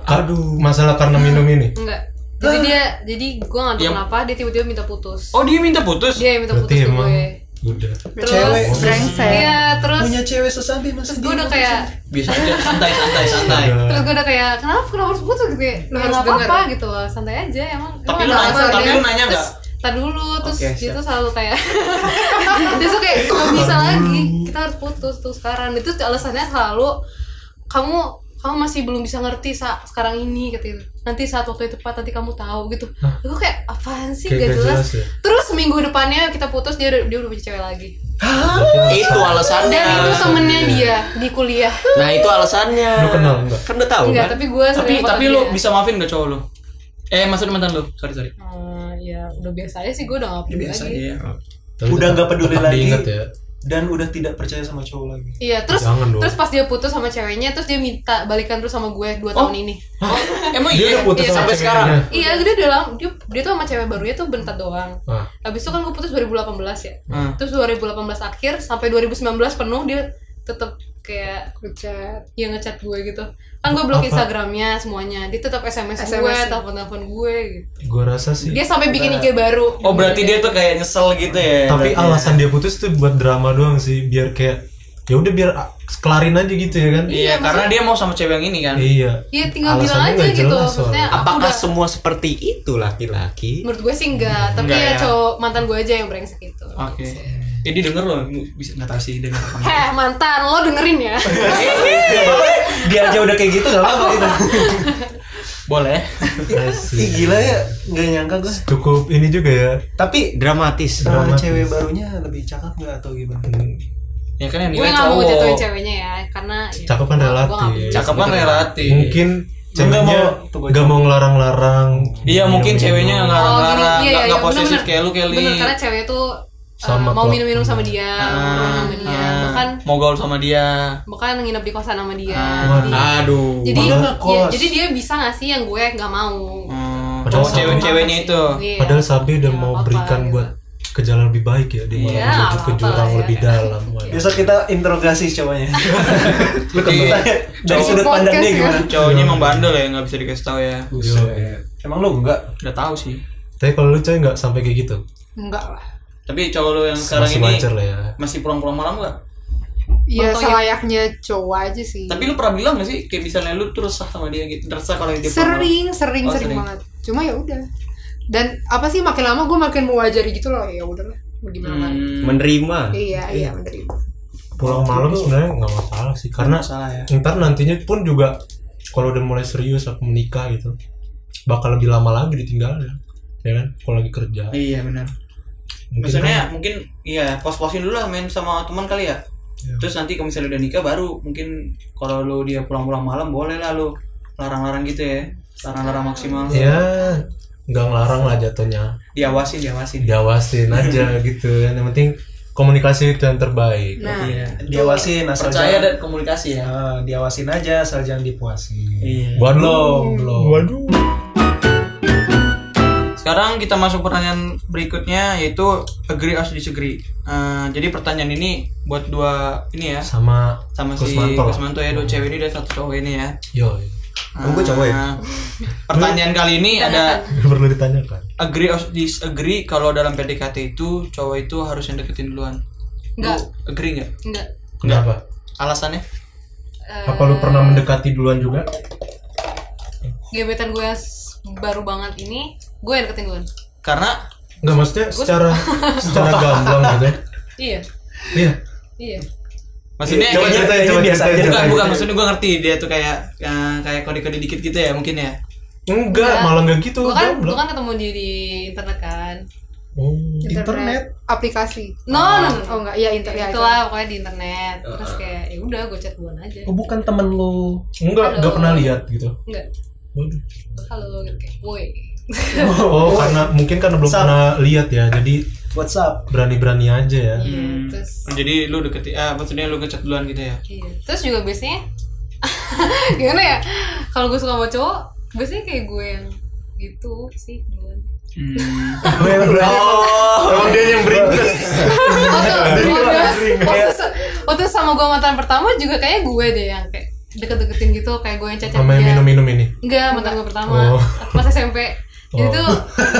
Speaker 2: Aduh, masalah karena minum ini.
Speaker 4: enggak. Jadi dia, jadi gue nggak tahu
Speaker 3: Yang-
Speaker 4: kenapa dia tiba-tiba minta putus.
Speaker 3: Oh dia minta putus?
Speaker 4: Dia yang minta
Speaker 2: Berarti
Speaker 4: putus ke
Speaker 2: emang
Speaker 4: gue.
Speaker 2: udah.
Speaker 4: Terus,
Speaker 1: Cewek.
Speaker 5: Brengsek.
Speaker 4: iya terus
Speaker 1: Punya cewek sesambi
Speaker 4: terus
Speaker 1: masih
Speaker 4: gue udah kayak
Speaker 3: Bisa aja santai santai santai.
Speaker 4: terus gue udah kayak kenapa kenapa harus putus
Speaker 3: Iya,
Speaker 4: gitu ya
Speaker 5: Lu
Speaker 4: Ya,
Speaker 5: harus
Speaker 4: nggak apa-apa
Speaker 5: denger.
Speaker 4: gitu loh santai aja emang
Speaker 3: Tapi
Speaker 4: emang
Speaker 3: lu
Speaker 4: ada
Speaker 3: nanya-
Speaker 4: alasan
Speaker 3: tapi
Speaker 4: dia.
Speaker 3: lu nanya
Speaker 4: Terus,
Speaker 3: nggak?
Speaker 4: tar dulu terus
Speaker 3: Oke,
Speaker 4: dia
Speaker 3: siap.
Speaker 4: tuh selalu kayak dia tuh kayak nggak bisa lagi kita harus putus tuh sekarang itu alasannya selalu kamu kamu masih belum bisa ngerti sa sekarang ini gitu nanti saat waktu yang tepat nanti kamu tahu gitu gue kayak apaan sih
Speaker 2: Kayak
Speaker 4: gak,
Speaker 2: nggak
Speaker 4: jelas.
Speaker 2: jelas ya.
Speaker 4: terus minggu depannya kita putus dia udah- dia udah punya cewek lagi
Speaker 7: itu alasannya.
Speaker 4: dan itu
Speaker 3: Ah.
Speaker 4: temennya dia di kuliah
Speaker 7: Nah, itu alasannya.
Speaker 2: Lu kenal nggak?
Speaker 7: Kan udah tahu
Speaker 4: enggak
Speaker 7: kan?
Speaker 4: tapi gue
Speaker 3: Tapi tapi
Speaker 4: iya.
Speaker 3: lu bisa maafin gak cowok lu? Eh maksudnya mantan lu? Sorry sorry.
Speaker 4: Eh, ya udah biasa aja sih gue udah gak peduli
Speaker 3: Biasa iya.
Speaker 4: lagi
Speaker 3: aja.
Speaker 2: Tapi
Speaker 1: Udah
Speaker 2: tetap-
Speaker 1: nggak peduli
Speaker 2: tetap
Speaker 1: lagi.
Speaker 2: diingat ya.
Speaker 1: dan udah tidak percaya sama cowok lagi.
Speaker 4: iya terus
Speaker 2: Jangan dong.
Speaker 4: terus pas dia putus sama ceweknya terus dia minta balikan terus sama gue
Speaker 3: Oh.
Speaker 4: dua tahun ini
Speaker 3: Emang
Speaker 2: Dia
Speaker 3: iya.
Speaker 2: udah putus
Speaker 4: Iya,
Speaker 2: sama
Speaker 4: sampai
Speaker 2: ceweknya.
Speaker 7: sekarang.
Speaker 4: iya dia udah lama dia, dia tuh sama cewek barunya tuh bentar doang
Speaker 2: Ah,
Speaker 4: habis itu kan gue putus 2018 ya
Speaker 3: Hmm.
Speaker 4: terus 2018 akhir sampai 2019 penuh dia tetep kayak
Speaker 5: Ngechat.
Speaker 4: yang ngechat gue gitu kan gue blok
Speaker 2: Apa?
Speaker 4: Instagramnya semuanya dia tetap SMS, gue
Speaker 5: SMS.
Speaker 4: telepon telepon gue gitu
Speaker 2: gua rasa sih.
Speaker 4: dia sampai bikin IG baru
Speaker 3: Oh berarti dia tuh kayak nyesel gitu ya.
Speaker 2: tapi
Speaker 3: berarti.
Speaker 2: alasan dia putus tuh buat drama doang sih, biar kayak ya udah biar ah, kelarin aja gitu ya kan?
Speaker 3: Iya, karena dia mau sama cewek yang ini kan.
Speaker 2: Iya.
Speaker 4: Iya tinggal
Speaker 2: Alasannya
Speaker 4: bilang aja
Speaker 2: nggak
Speaker 4: gitu
Speaker 2: jelas
Speaker 4: maksudnya
Speaker 2: soalnya.
Speaker 4: aku
Speaker 7: Apakah
Speaker 4: udah-
Speaker 7: semua seperti itu laki-laki?
Speaker 4: menurut gue sih enggak tapi
Speaker 3: Enggak
Speaker 4: ya,
Speaker 3: ya.
Speaker 4: cowok mantan gue aja yang brengsek gitu. itu
Speaker 3: Oke. Jadi denger loh, bisa nggak tahu sih denger apa.
Speaker 4: heh mantan lo dengerin ya
Speaker 1: Dia aja udah kayak gitu nggak apa-apa gitu.
Speaker 3: Boleh.
Speaker 2: I see.
Speaker 1: Ih, gila ya, nggak nyangka gue.
Speaker 2: Cukup ini juga ya.
Speaker 1: Tapi
Speaker 7: Dramatis.
Speaker 1: sama
Speaker 2: Dramatis.
Speaker 1: cewek barunya lebih cakep nggak atau gimana?
Speaker 3: Ya kan yang
Speaker 4: gue
Speaker 3: nilai
Speaker 4: nggak
Speaker 3: cowok.
Speaker 4: mau
Speaker 3: Iya,
Speaker 4: jatuhin ceweknya ya karena ya,
Speaker 2: Cakep kan
Speaker 4: gue- gue
Speaker 2: relatif.
Speaker 4: nggak peduli.
Speaker 3: Cakep kan relatif.
Speaker 2: Mungkin ceweknya
Speaker 1: mau- tuh gua
Speaker 2: nggak mau ngelarang-larang.
Speaker 3: Iya mungkin ceweknya nggak
Speaker 4: Oh, gini,
Speaker 3: ngelarang,
Speaker 4: iya,
Speaker 3: nggak
Speaker 4: iya,
Speaker 3: nggak
Speaker 4: bener,
Speaker 3: posesif
Speaker 4: bener.
Speaker 3: kayak lu Kelly.
Speaker 4: bener karena cewek tuh uh,
Speaker 2: Sama
Speaker 4: mau
Speaker 2: kok.
Speaker 4: minum-minum sama dia ngobrol sama dia
Speaker 3: Ah,
Speaker 4: bahkan Iya.
Speaker 3: mau gaul sama dia.
Speaker 4: bahkan nginep di kosan sama dia
Speaker 3: Ah,
Speaker 4: jadi,
Speaker 7: Aduh.
Speaker 4: jadi
Speaker 1: Padahal nggak
Speaker 4: ya,
Speaker 1: kos.
Speaker 4: jadi dia bisa ngasih yang gue nggak mau
Speaker 3: Hmm, Oh,
Speaker 2: Padahal
Speaker 3: oh, cewek-ceweknya itu.
Speaker 4: Iya.
Speaker 2: Padahal Sabi udah
Speaker 4: Ya,
Speaker 2: mau
Speaker 4: apa-apa
Speaker 2: berikan
Speaker 4: gitu.
Speaker 2: buat ke jalan lebih baik ya dia
Speaker 4: Iya,
Speaker 2: malah menuju ke
Speaker 4: apa-apa
Speaker 2: jurang
Speaker 4: lah ya.
Speaker 2: lebih dalam Waduh.
Speaker 1: Besok kita interogasi cowoknya. Lu
Speaker 3: Jadi,
Speaker 1: ketemu tanya dari sudut
Speaker 5: Podcast
Speaker 1: pandang dia
Speaker 5: ya.
Speaker 1: gimana?
Speaker 3: Cowoknya
Speaker 4: Iya.
Speaker 3: emang bandel ya, nggak bisa dikasih tahu ya.
Speaker 1: Buset. Emang lu enggak?
Speaker 3: Udah tahu sih.
Speaker 2: tapi kalau lu coy nggak sampai kayak gitu
Speaker 5: enggak lah
Speaker 3: Tapi cowok lu yang sekarang
Speaker 2: masih
Speaker 3: ini
Speaker 2: wajar lah ya
Speaker 3: masih pulang-pulang malam nggak?
Speaker 5: ya
Speaker 4: Contohnya-
Speaker 5: selayaknya cowok aja sih
Speaker 3: Tapi lu pernah bilang nggak sih kayak misalnya lu terus resah sama dia gitu, resah kalau dia pulang malam?
Speaker 5: sering sering
Speaker 3: Oh,
Speaker 5: sering
Speaker 3: sering.
Speaker 5: banget cuma ya udah dan apa sih makin lama gue makin mewajari gitu loh ya udahlah mau gimana lagi?
Speaker 3: Hmm,
Speaker 7: menerima
Speaker 5: iya iya menerima
Speaker 2: pulang malam sebenarnya nggak masalah sih karena
Speaker 3: salah ya.
Speaker 2: ntar nantinya pun juga kalau udah mulai serius aku menikah gitu bakal lebih lama lagi ditinggal ya ya kan kalau lagi kerja
Speaker 3: Iya benar.
Speaker 2: mungkin kan,
Speaker 3: Maksudnya mungkin iya pos-posin dulu lah main sama teman kali ya. Terus nanti kalau misalnya udah nikah baru mungkin kalau lu dia pulang-pulang malam boleh lah lu larang-larang gitu ya. Larang-larang maksimal.
Speaker 2: ya nggak ngelarang lah jatuhnya
Speaker 3: Diawasin, diawasin.
Speaker 2: Iya. diawasin aja gitu kan yang penting komunikasi itu yang terbaik
Speaker 5: nah
Speaker 3: Iya.
Speaker 1: Diawasin asal
Speaker 3: Percaya
Speaker 1: jangan-
Speaker 3: dan komunikasi ya.
Speaker 1: Ah, diawasin aja asal jangan dipuasin.
Speaker 3: Iya.
Speaker 2: belum
Speaker 4: Hmm.
Speaker 2: belum waduh
Speaker 3: Sekarang kita masuk pertanyaan berikutnya yaitu agree or disagree. Eh, jadi pertanyaan ini buat dua ini ya
Speaker 2: sama
Speaker 3: sama
Speaker 2: Kusmanto.
Speaker 3: si Kusmanto ya dua cewek ini dan satu cowok ini ya.
Speaker 2: yo
Speaker 7: Oh, gua cowok ya?
Speaker 3: Eh, Pertanyaan kali ini ada
Speaker 2: nggak perlu ditanyakan
Speaker 3: agree or disagree kalau dalam PDKT itu cowok itu harus yang deketin duluan.
Speaker 4: Enggak,
Speaker 3: Lu agree nggak?
Speaker 4: enggak.
Speaker 2: kenapa
Speaker 3: Alasannya?
Speaker 4: Eh,
Speaker 2: apa lu pernah mendekati duluan juga
Speaker 4: Gebetan gue yang s- baru banget ini, gue yang deketin duluan.
Speaker 3: Karena
Speaker 2: nggak maksudnya secara secara gamblang gitu ya.
Speaker 4: Iya,
Speaker 2: iya
Speaker 4: iya.
Speaker 3: maksudnya
Speaker 1: Coba
Speaker 3: kayak-
Speaker 1: ceritain,
Speaker 2: ini
Speaker 1: coba
Speaker 2: biasa
Speaker 1: ceritain,
Speaker 2: aja,
Speaker 1: coba
Speaker 2: Pak.
Speaker 3: bukan bukan
Speaker 1: ceritain.
Speaker 3: maksudnya gue ngerti dia tuh kayak eh, kayak kode-kode dikit gitu ya mungkin ya.
Speaker 2: enggak malah enggak gitu
Speaker 4: Gue kan, gue
Speaker 2: gamblang.
Speaker 4: kan ketemu dia di internet kan.
Speaker 2: Oh.
Speaker 4: Gitu.
Speaker 5: internet aplikasi
Speaker 4: No, no, no.
Speaker 5: oh enggak iya internet ya,
Speaker 4: Itulah pokoknya di internet. Terus kayak, ya udah gue chat duluan aja.
Speaker 1: Oh, bukan temen lu.
Speaker 2: enggak enggak
Speaker 4: Halo.
Speaker 2: pernah lihat gitu
Speaker 4: Enggak.
Speaker 2: Waduh.
Speaker 4: Halo, gitu kayak, woi.
Speaker 2: oh karena mungkin karena belum
Speaker 1: Sam.
Speaker 2: pernah lihat ya jadi
Speaker 1: What's up?
Speaker 2: berani-berani aja ya
Speaker 5: Hmm.
Speaker 4: Iya, terus
Speaker 3: Oh, Jadi lu deketin, eh, maksudnya lu ngechat duluan gitu ya?
Speaker 4: Iya. Terus juga biasanya gimana ya? Kalau gue suka sama cowok, biasanya kayak gue yang gitu sih duluan.
Speaker 1: Hmm.
Speaker 2: oh dia yang beringas
Speaker 5: Oh,
Speaker 4: Waktu waktu- waktu waktu sama gue mantan pertama juga kayak gue deh yang kayak deket-deketin gitu kayak gue yang cacat
Speaker 2: sama yang
Speaker 4: dia.
Speaker 2: minum-minum ini
Speaker 4: Enggak, mantan gue pertama.
Speaker 2: Oh.
Speaker 4: Pas SMP. Jadi
Speaker 2: Oh.
Speaker 4: tuh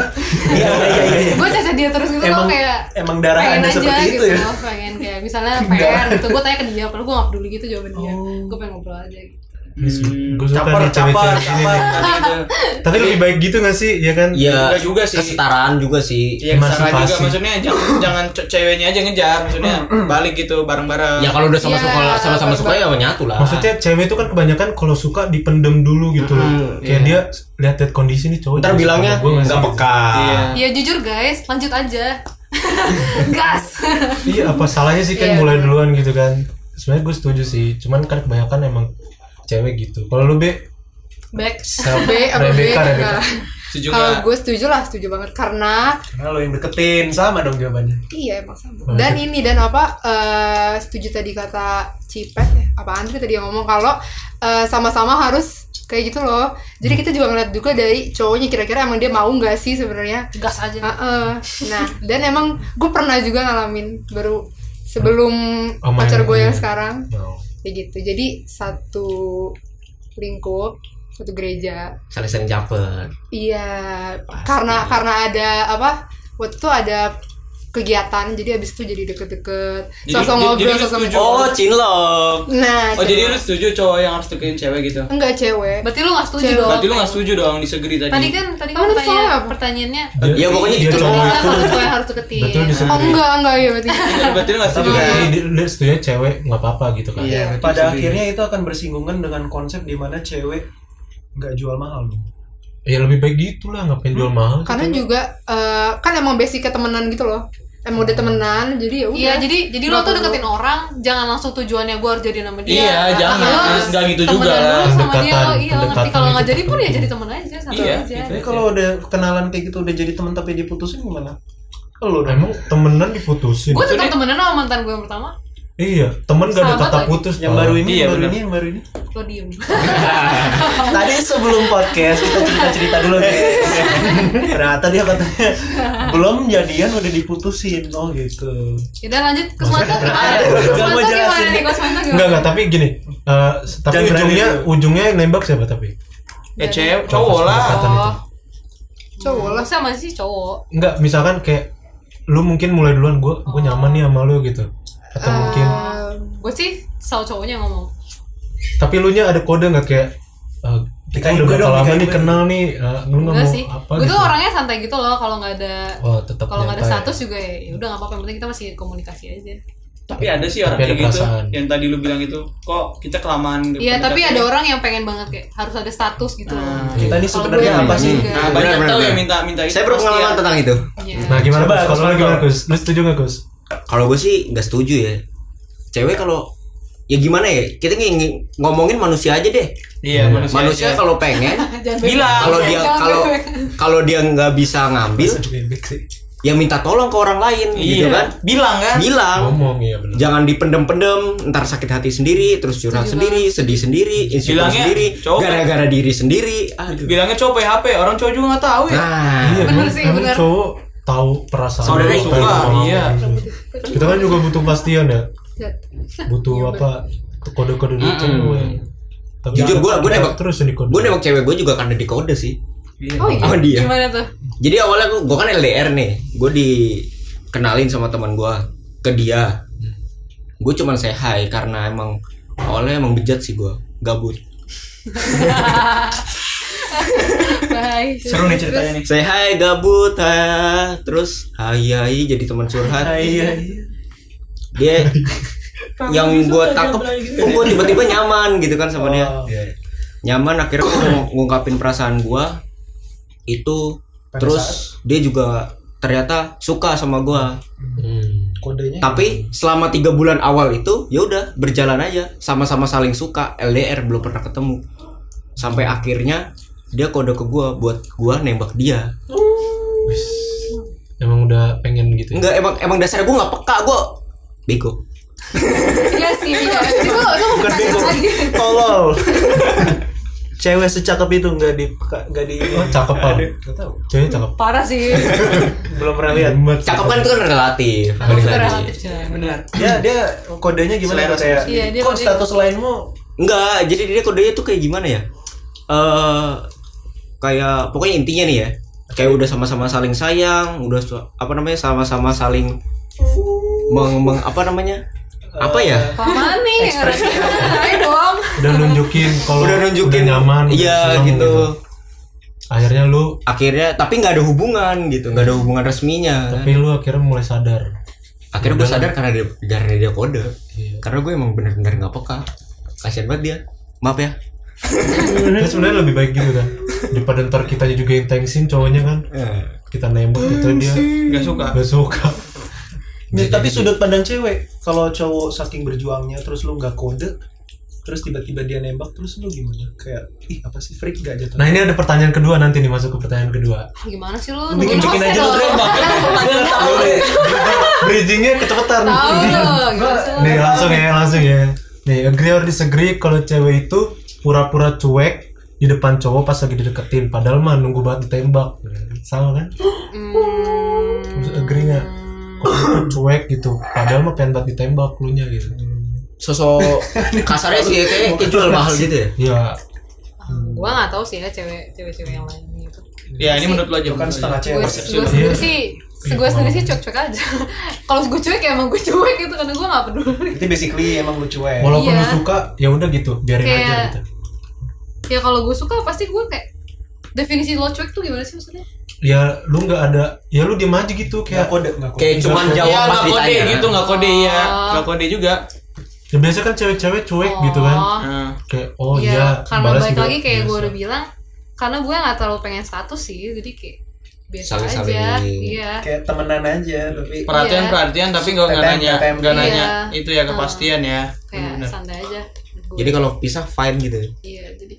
Speaker 1: Iya, iya, iya, iya.
Speaker 4: gue cacat dia terus gitu loh
Speaker 1: Emang
Speaker 4: kayak
Speaker 1: emang darah
Speaker 4: pengen
Speaker 1: Anda
Speaker 4: aja
Speaker 1: seperti itu
Speaker 4: gitu
Speaker 1: ya.
Speaker 4: loh, pengen kayak misalnya PR gitu gue tanya ke dia padahal gue gak peduli gitu jawaban dia gue pengen ngobrol aja gitu.
Speaker 3: Hmm,
Speaker 1: kan
Speaker 2: Gua suka
Speaker 3: caper,
Speaker 2: nih
Speaker 3: caper,
Speaker 2: cewek-cewek ini
Speaker 3: caper, Iya, tadi itu.
Speaker 2: tapi lebih baik gitu gak sih ya kan
Speaker 7: ya
Speaker 3: Enggak juga sih.
Speaker 7: kesetaraan juga sih
Speaker 3: Iya, kesalahan juga
Speaker 2: Emansipasi.
Speaker 3: maksudnya jangan jangan ce- ceweknya aja ngejar, maksudnya balik gitu bareng-bareng.
Speaker 7: ya kalau udah sama-sama
Speaker 5: Iya,
Speaker 7: sama-sama suka ya menyatu lah
Speaker 2: maksudnya cewek itu kan kebanyakan kalau suka dipendem dulu gitu loh kayak dia lihat-lihat kondisi nih cowok
Speaker 7: Hmm, iya. ntar
Speaker 2: dia suka
Speaker 7: bilangnya
Speaker 2: sama gua sih?"
Speaker 7: nggak peka
Speaker 3: Iya.
Speaker 4: ya jujur guys lanjut aja gas
Speaker 2: iya apa salahnya sih kan
Speaker 5: Iya,
Speaker 2: mulai duluan gitu kan sebenarnya gue setuju sih cuman kan kebanyakan emang cewek gitu kalau lu be
Speaker 4: back
Speaker 2: self
Speaker 5: B apa B
Speaker 2: Rebecca Rebecca
Speaker 5: enggak.
Speaker 3: Setuju
Speaker 5: kalau
Speaker 3: nggak?
Speaker 5: gue setuju lah setuju banget karena
Speaker 1: Karena lu yang deketin sama dong jawabannya.
Speaker 5: Iya emang
Speaker 2: Nah,
Speaker 5: sama. Dan ini dan apa eh, setuju tadi kata Cipet ya? Apa Andri tadi yang ngomong kalau eh, sama-sama harus kayak gitu loh. Jadi
Speaker 2: Hmm.
Speaker 5: kita juga ngeliat juga dari cowoknya kira-kira emang dia mau nggak sih sebenarnya.
Speaker 4: gas aja
Speaker 5: Heeh. Nah dan emang gue pernah juga ngalamin baru sebelum
Speaker 2: Oh, main
Speaker 5: pacar gue
Speaker 2: ini
Speaker 5: yang
Speaker 2: ya.
Speaker 5: sekarang
Speaker 2: No.
Speaker 5: kayak gitu. Jadi satu lingkup satu gereja
Speaker 7: saling-saling caper
Speaker 5: Iya, karena karena ada apa? Waktu itu ada kegiatan, jadi abis itu jadi deket-deket,
Speaker 3: Jadi-
Speaker 5: sosok
Speaker 3: jadi-
Speaker 5: ngobrol,
Speaker 3: jadi lu
Speaker 5: sosok
Speaker 3: setuju?
Speaker 7: oh
Speaker 5: ngobrol.
Speaker 7: cinlok
Speaker 5: Nah,
Speaker 3: Oh, jadi
Speaker 5: cewek.
Speaker 3: lu setuju cowok yang harus deketin cewek gitu.
Speaker 5: enggak cewek.
Speaker 4: berarti lu gak setuju
Speaker 5: Cewek.
Speaker 4: dong
Speaker 3: Berarti lu nggak setuju dong disegri tadi.
Speaker 4: tadi kan tadi kan
Speaker 5: Kan
Speaker 4: pertanyaan
Speaker 5: soalnya apa?
Speaker 4: pertanyaannya
Speaker 2: Dia-
Speaker 7: Ya, pokoknya
Speaker 2: dia
Speaker 7: itu
Speaker 2: Iya,
Speaker 4: Berarti
Speaker 2: cowok.
Speaker 7: doang.
Speaker 4: nggak kalau gue yang harus deketin
Speaker 2: betul dia
Speaker 5: Oh,
Speaker 2: sendiri
Speaker 5: enggak, enggak ya berarti.
Speaker 3: Berarti lu nggak
Speaker 2: tapi
Speaker 3: setuju.
Speaker 7: Iya.
Speaker 2: kan dia, dia setuju cewek nggak apa-apa gitu kan
Speaker 3: Iya, berarti
Speaker 1: Pada
Speaker 3: disagree.
Speaker 1: akhirnya itu akan bersinggungan dengan konsep di mana cewek nggak jual mahal lu.
Speaker 2: ya lebih baik gitu lah ngapain jual mahal
Speaker 5: karena juga eh, kan emang basic ketemenan gitu loh. Emang udah temenan, jadi ya udah.
Speaker 4: Iya, jadi jadi lo
Speaker 5: Nggak
Speaker 4: tuh
Speaker 5: perlu.
Speaker 4: deketin orang, jangan langsung tujuannya gue harus jadi nama dia.
Speaker 3: Iya, jangan.
Speaker 4: Lo harus
Speaker 3: Nggak gitu
Speaker 4: temenan
Speaker 3: juga. gitu.
Speaker 4: dulu sama dia, lo iya lo ngerti
Speaker 2: Pendekatan,
Speaker 4: kalau nggak
Speaker 2: pendekatan
Speaker 4: jadi
Speaker 2: itu
Speaker 4: pun ya
Speaker 2: penting.
Speaker 4: jadi temen aja, satu
Speaker 3: Iya,
Speaker 4: aja.
Speaker 3: gitu.
Speaker 1: Tapi kalau udah kenalan kayak gitu udah jadi temen tapi diputusin gimana? Lu dong.
Speaker 2: emang temenan diputusin
Speaker 4: Gue tetap temenan sama mantan gue yang pertama.
Speaker 2: Iya, temen gak ada
Speaker 4: Sahabat
Speaker 2: kata
Speaker 4: lagi.
Speaker 2: putus.
Speaker 1: Yang
Speaker 2: Pak.
Speaker 1: baru ini,
Speaker 3: Iya,
Speaker 1: yang baru
Speaker 3: benar.
Speaker 1: ini, yang baru ini.
Speaker 4: lo diem
Speaker 1: Tadi sebelum podcast kita cerita-cerita dulu guys. Ternyata dia katanya belum jadian udah diputusin. Oh gitu.
Speaker 4: Yaudah lanjut ke Swanto gimana?
Speaker 1: Nggak mau
Speaker 4: Swanto gimana
Speaker 1: jelasin.
Speaker 4: nih? Ke Swanto
Speaker 2: Enggak
Speaker 4: gimana?
Speaker 2: enggak, tapi gini. eh, tapi
Speaker 1: Jangan berani
Speaker 2: ujungnya
Speaker 1: dulu.
Speaker 2: ujungnya yang nembak siapa tapi?
Speaker 3: ya cewek cowok lah
Speaker 2: Kesepakatan itu.
Speaker 5: Cowok lah.
Speaker 4: Masa sama sih cowok
Speaker 2: Enggak, misalkan kayak lu mungkin mulai duluan gua gua nyaman nih sama lu gitu.
Speaker 4: Ah.
Speaker 2: Atau mungkin
Speaker 4: Gue sih selalu cowoknya yang ngomong
Speaker 2: tapi lu nya ada kode nggak kayak eh, kita
Speaker 1: Nikahin
Speaker 2: udah
Speaker 1: gue
Speaker 2: berapa
Speaker 1: dong,
Speaker 2: lama
Speaker 1: nikahin
Speaker 2: nih
Speaker 1: gue.
Speaker 2: kenal nih eh, lu nggak
Speaker 4: Enggak
Speaker 2: mau
Speaker 4: sih
Speaker 2: apa
Speaker 4: Gue
Speaker 2: gitu
Speaker 4: tuh orangnya santai gitu loh Kalau nggak ada
Speaker 2: oh tetap
Speaker 4: kalau nggak ada
Speaker 2: nyantai.
Speaker 4: status juga ya udah nggak apa-apa yang penting kita masih komunikasi aja Iya,
Speaker 3: tapi ada sih orang
Speaker 2: Tapi ada
Speaker 3: kayak gitu
Speaker 2: perasaan.
Speaker 3: yang tadi lu bilang itu kok kita kelamaan
Speaker 4: iya tapi
Speaker 3: pendekatan?"
Speaker 4: ada orang yang pengen banget kayak harus ada status gitu loh
Speaker 2: Iya.
Speaker 1: Kita ini sebenarnya
Speaker 4: Kalau gue
Speaker 1: apa sih?
Speaker 4: juga.
Speaker 3: nah banyak
Speaker 7: Benar,
Speaker 3: tahu
Speaker 7: benar,
Speaker 3: yang
Speaker 7: benar.
Speaker 3: minta-minta itu
Speaker 7: Saya berpengalaman
Speaker 3: pasti ada.
Speaker 7: tentang
Speaker 3: Ah, gitu.
Speaker 7: itu.
Speaker 4: Iya.
Speaker 2: nah gimana
Speaker 1: Coba,
Speaker 2: Gus
Speaker 1: Gus,
Speaker 2: kalau lu
Speaker 1: Gus.
Speaker 2: gimana Gus lu setuju nggak Gus
Speaker 7: Kalau gue sih nggak setuju ya. Cewek kalau ya gimana ya? Kita ng- ngomongin manusia aja deh.
Speaker 3: iya manusia,
Speaker 7: Manusia
Speaker 3: aja.
Speaker 7: kalau pengen,
Speaker 3: bilang
Speaker 7: kalau dia
Speaker 5: Jangan
Speaker 7: kalau
Speaker 5: bebek.
Speaker 7: kalau dia nggak bisa ngambil,
Speaker 2: bebek sih
Speaker 7: ya minta tolong ke orang lain, gitu
Speaker 3: iya
Speaker 7: kan?
Speaker 3: bilang kan
Speaker 7: Bilang.
Speaker 2: ngomong iya benar
Speaker 7: Jangan dipendem-pendem, ntar sakit hati sendiri, terus curhat sendiri, sedih sendiri, insecure
Speaker 3: Bilangnya,
Speaker 7: sendiri,
Speaker 3: cowok.
Speaker 7: gara-gara diri sendiri. Aduh.
Speaker 3: bilangnya cowok PHP orang cowok juga nggak tahu ya
Speaker 7: Nah,
Speaker 2: iya
Speaker 4: Bener
Speaker 2: emang-
Speaker 4: sih,
Speaker 2: emang
Speaker 4: bener.
Speaker 2: cowok tahu perasaan
Speaker 3: Saudara
Speaker 2: lu,
Speaker 3: suka,
Speaker 2: pengen ngomong.
Speaker 3: iya.
Speaker 2: kita kan juga butuh pastian ya
Speaker 4: Jat.
Speaker 2: butuh
Speaker 4: Iya,
Speaker 2: apa kode-kode dulu cewek tapi
Speaker 7: Jujur,
Speaker 2: ada-
Speaker 7: gua- gua
Speaker 2: ada
Speaker 7: nembak-
Speaker 2: terus yang dikode
Speaker 7: gue nembak cewek gue juga karena dikode sih.
Speaker 4: oh iya
Speaker 7: Oh, dia.
Speaker 4: gimana tuh
Speaker 7: Jadi awalnya gue, kan LDR nih, gue dikenalin sama teman gue ke dia. Gue cuman say hi karena emang awalnya emang bejat sih gue, gabut.
Speaker 4: bye
Speaker 3: seru nih ceritanya nih
Speaker 7: Say hi gabut, ha. terus hai hai jadi teman curhat.
Speaker 1: Iya.
Speaker 7: Dia yang gue tangkep, kok gue tiba-tiba nyaman gitu kan sama dia.
Speaker 1: Oh.
Speaker 7: Nyaman akhirnya gue mau ngungkapin perasaan gue itu.
Speaker 1: Pada
Speaker 7: terus dia juga ternyata suka sama gue.
Speaker 2: Hmm.
Speaker 1: Kodenya
Speaker 7: Tapi selama tiga bulan awal itu ya udah berjalan aja sama-sama saling suka LDR belum pernah ketemu sampai akhirnya dia kode ke gua buat gua nembak dia
Speaker 2: Wis. emang udah pengen gitu ya?
Speaker 7: enggak emang emang dasarnya gua nggak peka gua bego
Speaker 4: iya sih iya.
Speaker 5: Itu itu
Speaker 1: bukan bego. Tolol. Cewek secakep itu nggak di nggak di
Speaker 2: oh cakep pak
Speaker 1: Nggak tahu.
Speaker 2: ceweknya cakep
Speaker 4: parah sih
Speaker 1: Belum pernah lihat.
Speaker 2: Hebat.
Speaker 7: cakep kan itu kan relatif balik
Speaker 4: itu
Speaker 7: lagi.
Speaker 4: relatif sih
Speaker 3: benar
Speaker 1: Ya dia kodenya gimana
Speaker 3: Selera
Speaker 1: kayak?
Speaker 4: sendiri. Iya, dia
Speaker 1: kok
Speaker 4: kodenya-
Speaker 1: status lainmu
Speaker 7: enggak jadi dia kodenya tuh kayak gimana ya eh kayak pokoknya intinya nih ya kayak udah sama-sama saling sayang udah su- apa namanya sama-sama saling meng, meng- apa namanya apa ya
Speaker 4: paman nih yang ngerti Ayo dong
Speaker 2: udah nunjukin kalau
Speaker 7: udah
Speaker 2: Oh,
Speaker 7: nunjukin
Speaker 2: udah nyaman udah
Speaker 7: iya
Speaker 2: seneng
Speaker 7: gitu
Speaker 2: akhirnya lu
Speaker 7: akhirnya tapi nggak ada hubungan gitu nggak ada hubungan resminya
Speaker 2: tapi lu akhirnya mulai sadar
Speaker 7: akhirnya gue sadar karena dia karena dia kode
Speaker 2: Iya.
Speaker 7: karena gue emang bener-bener nggak peka kasian banget dia maaf ya
Speaker 2: Tapi sebenarnya lebih baik gitu kan daripada ntar kita juga yang thanksin cowoknya kan
Speaker 7: Iya.
Speaker 2: kita nembak gitu dia
Speaker 3: nggak suka
Speaker 2: gak suka Iya,
Speaker 1: Ya, tapi sudut pandang cewek kalau cowok saking berjuangnya terus lu nggak kode terus tiba-tiba dia nembak terus lu gimana kayak ih apa sih freak gak jatuh
Speaker 2: nah ini ada pertanyaan kedua nanti nih masuk ke pertanyaan kedua
Speaker 4: gimana sih lu
Speaker 1: bikin
Speaker 4: Nungguin
Speaker 1: bikin
Speaker 4: hostnya
Speaker 1: aja lu
Speaker 4: dong.
Speaker 1: tembak tahu deh
Speaker 2: bridgingnya kecepetan
Speaker 4: tahu lo gimana sih
Speaker 2: nih langsung ya langsung ya nih agree or disagree kalau cewek itu pura-pura cuek di depan cowok pas lagi dideketin padahal mah nunggu banget ditembak sama kan Maksud agree nggak kalau lu cuek gitu padahal mah pengen banget ditembak lu nya gitu
Speaker 7: sosok kasarnya sih kayaknya kayak jual mahal gitu ya
Speaker 2: ya
Speaker 4: lu gua nggak tahu sih ya cewek cewek cewek yang lain gitu
Speaker 3: ya ini menurut lo aja
Speaker 1: kan
Speaker 3: menurut lo aja.
Speaker 1: setengah cewek
Speaker 4: gue
Speaker 1: persepsi
Speaker 4: gue
Speaker 1: lu.
Speaker 4: sendiri sih gue sendiri sih cuek-cuek aja kalau gue cuek ya emang gue cuek gitu karena gue gak peduli
Speaker 1: itu basically emang eh. lu cuek
Speaker 2: walaupun
Speaker 4: Iya.
Speaker 2: lu suka ya udah gitu biarin aja
Speaker 4: Kayak-
Speaker 2: gitu
Speaker 4: ya kalau gue suka pasti gue kayak definisi lo cuek tuh gimana sih maksudnya
Speaker 2: ya lu nggak ada ya lu diem aja gitu
Speaker 1: nggak
Speaker 2: kayak
Speaker 1: kode nggak kode
Speaker 7: kayak cuman
Speaker 3: Iya,
Speaker 7: jawab pas
Speaker 3: nggak kode
Speaker 7: ditanya
Speaker 3: gitu nggak kode ya nggak kode juga
Speaker 2: ya biasanya kan cewek-cewek cuek gitu kan
Speaker 4: Oh,
Speaker 3: Nah,
Speaker 2: kayak oh
Speaker 4: ya,
Speaker 2: ya,
Speaker 4: karena
Speaker 2: balas
Speaker 4: balik
Speaker 2: juga Iya
Speaker 4: lagi kayak gue
Speaker 2: biasa.
Speaker 4: udah bilang karena gue gak terlalu pengen status sih jadi kayak biasa
Speaker 7: Saling-saling.
Speaker 4: aja iya
Speaker 1: kayak temenan aja tapi
Speaker 3: perhatian
Speaker 4: Iya.
Speaker 3: perhatian tapi nggak nggak
Speaker 1: Tetem,
Speaker 3: nanya
Speaker 1: tetem.
Speaker 3: nggak
Speaker 4: Iya.
Speaker 3: nanya itu ya kepastian ya
Speaker 4: kayak
Speaker 3: Bener.
Speaker 4: santai aja Gua-
Speaker 7: jadi kalau pisah fine gitu ya.
Speaker 4: iya jadi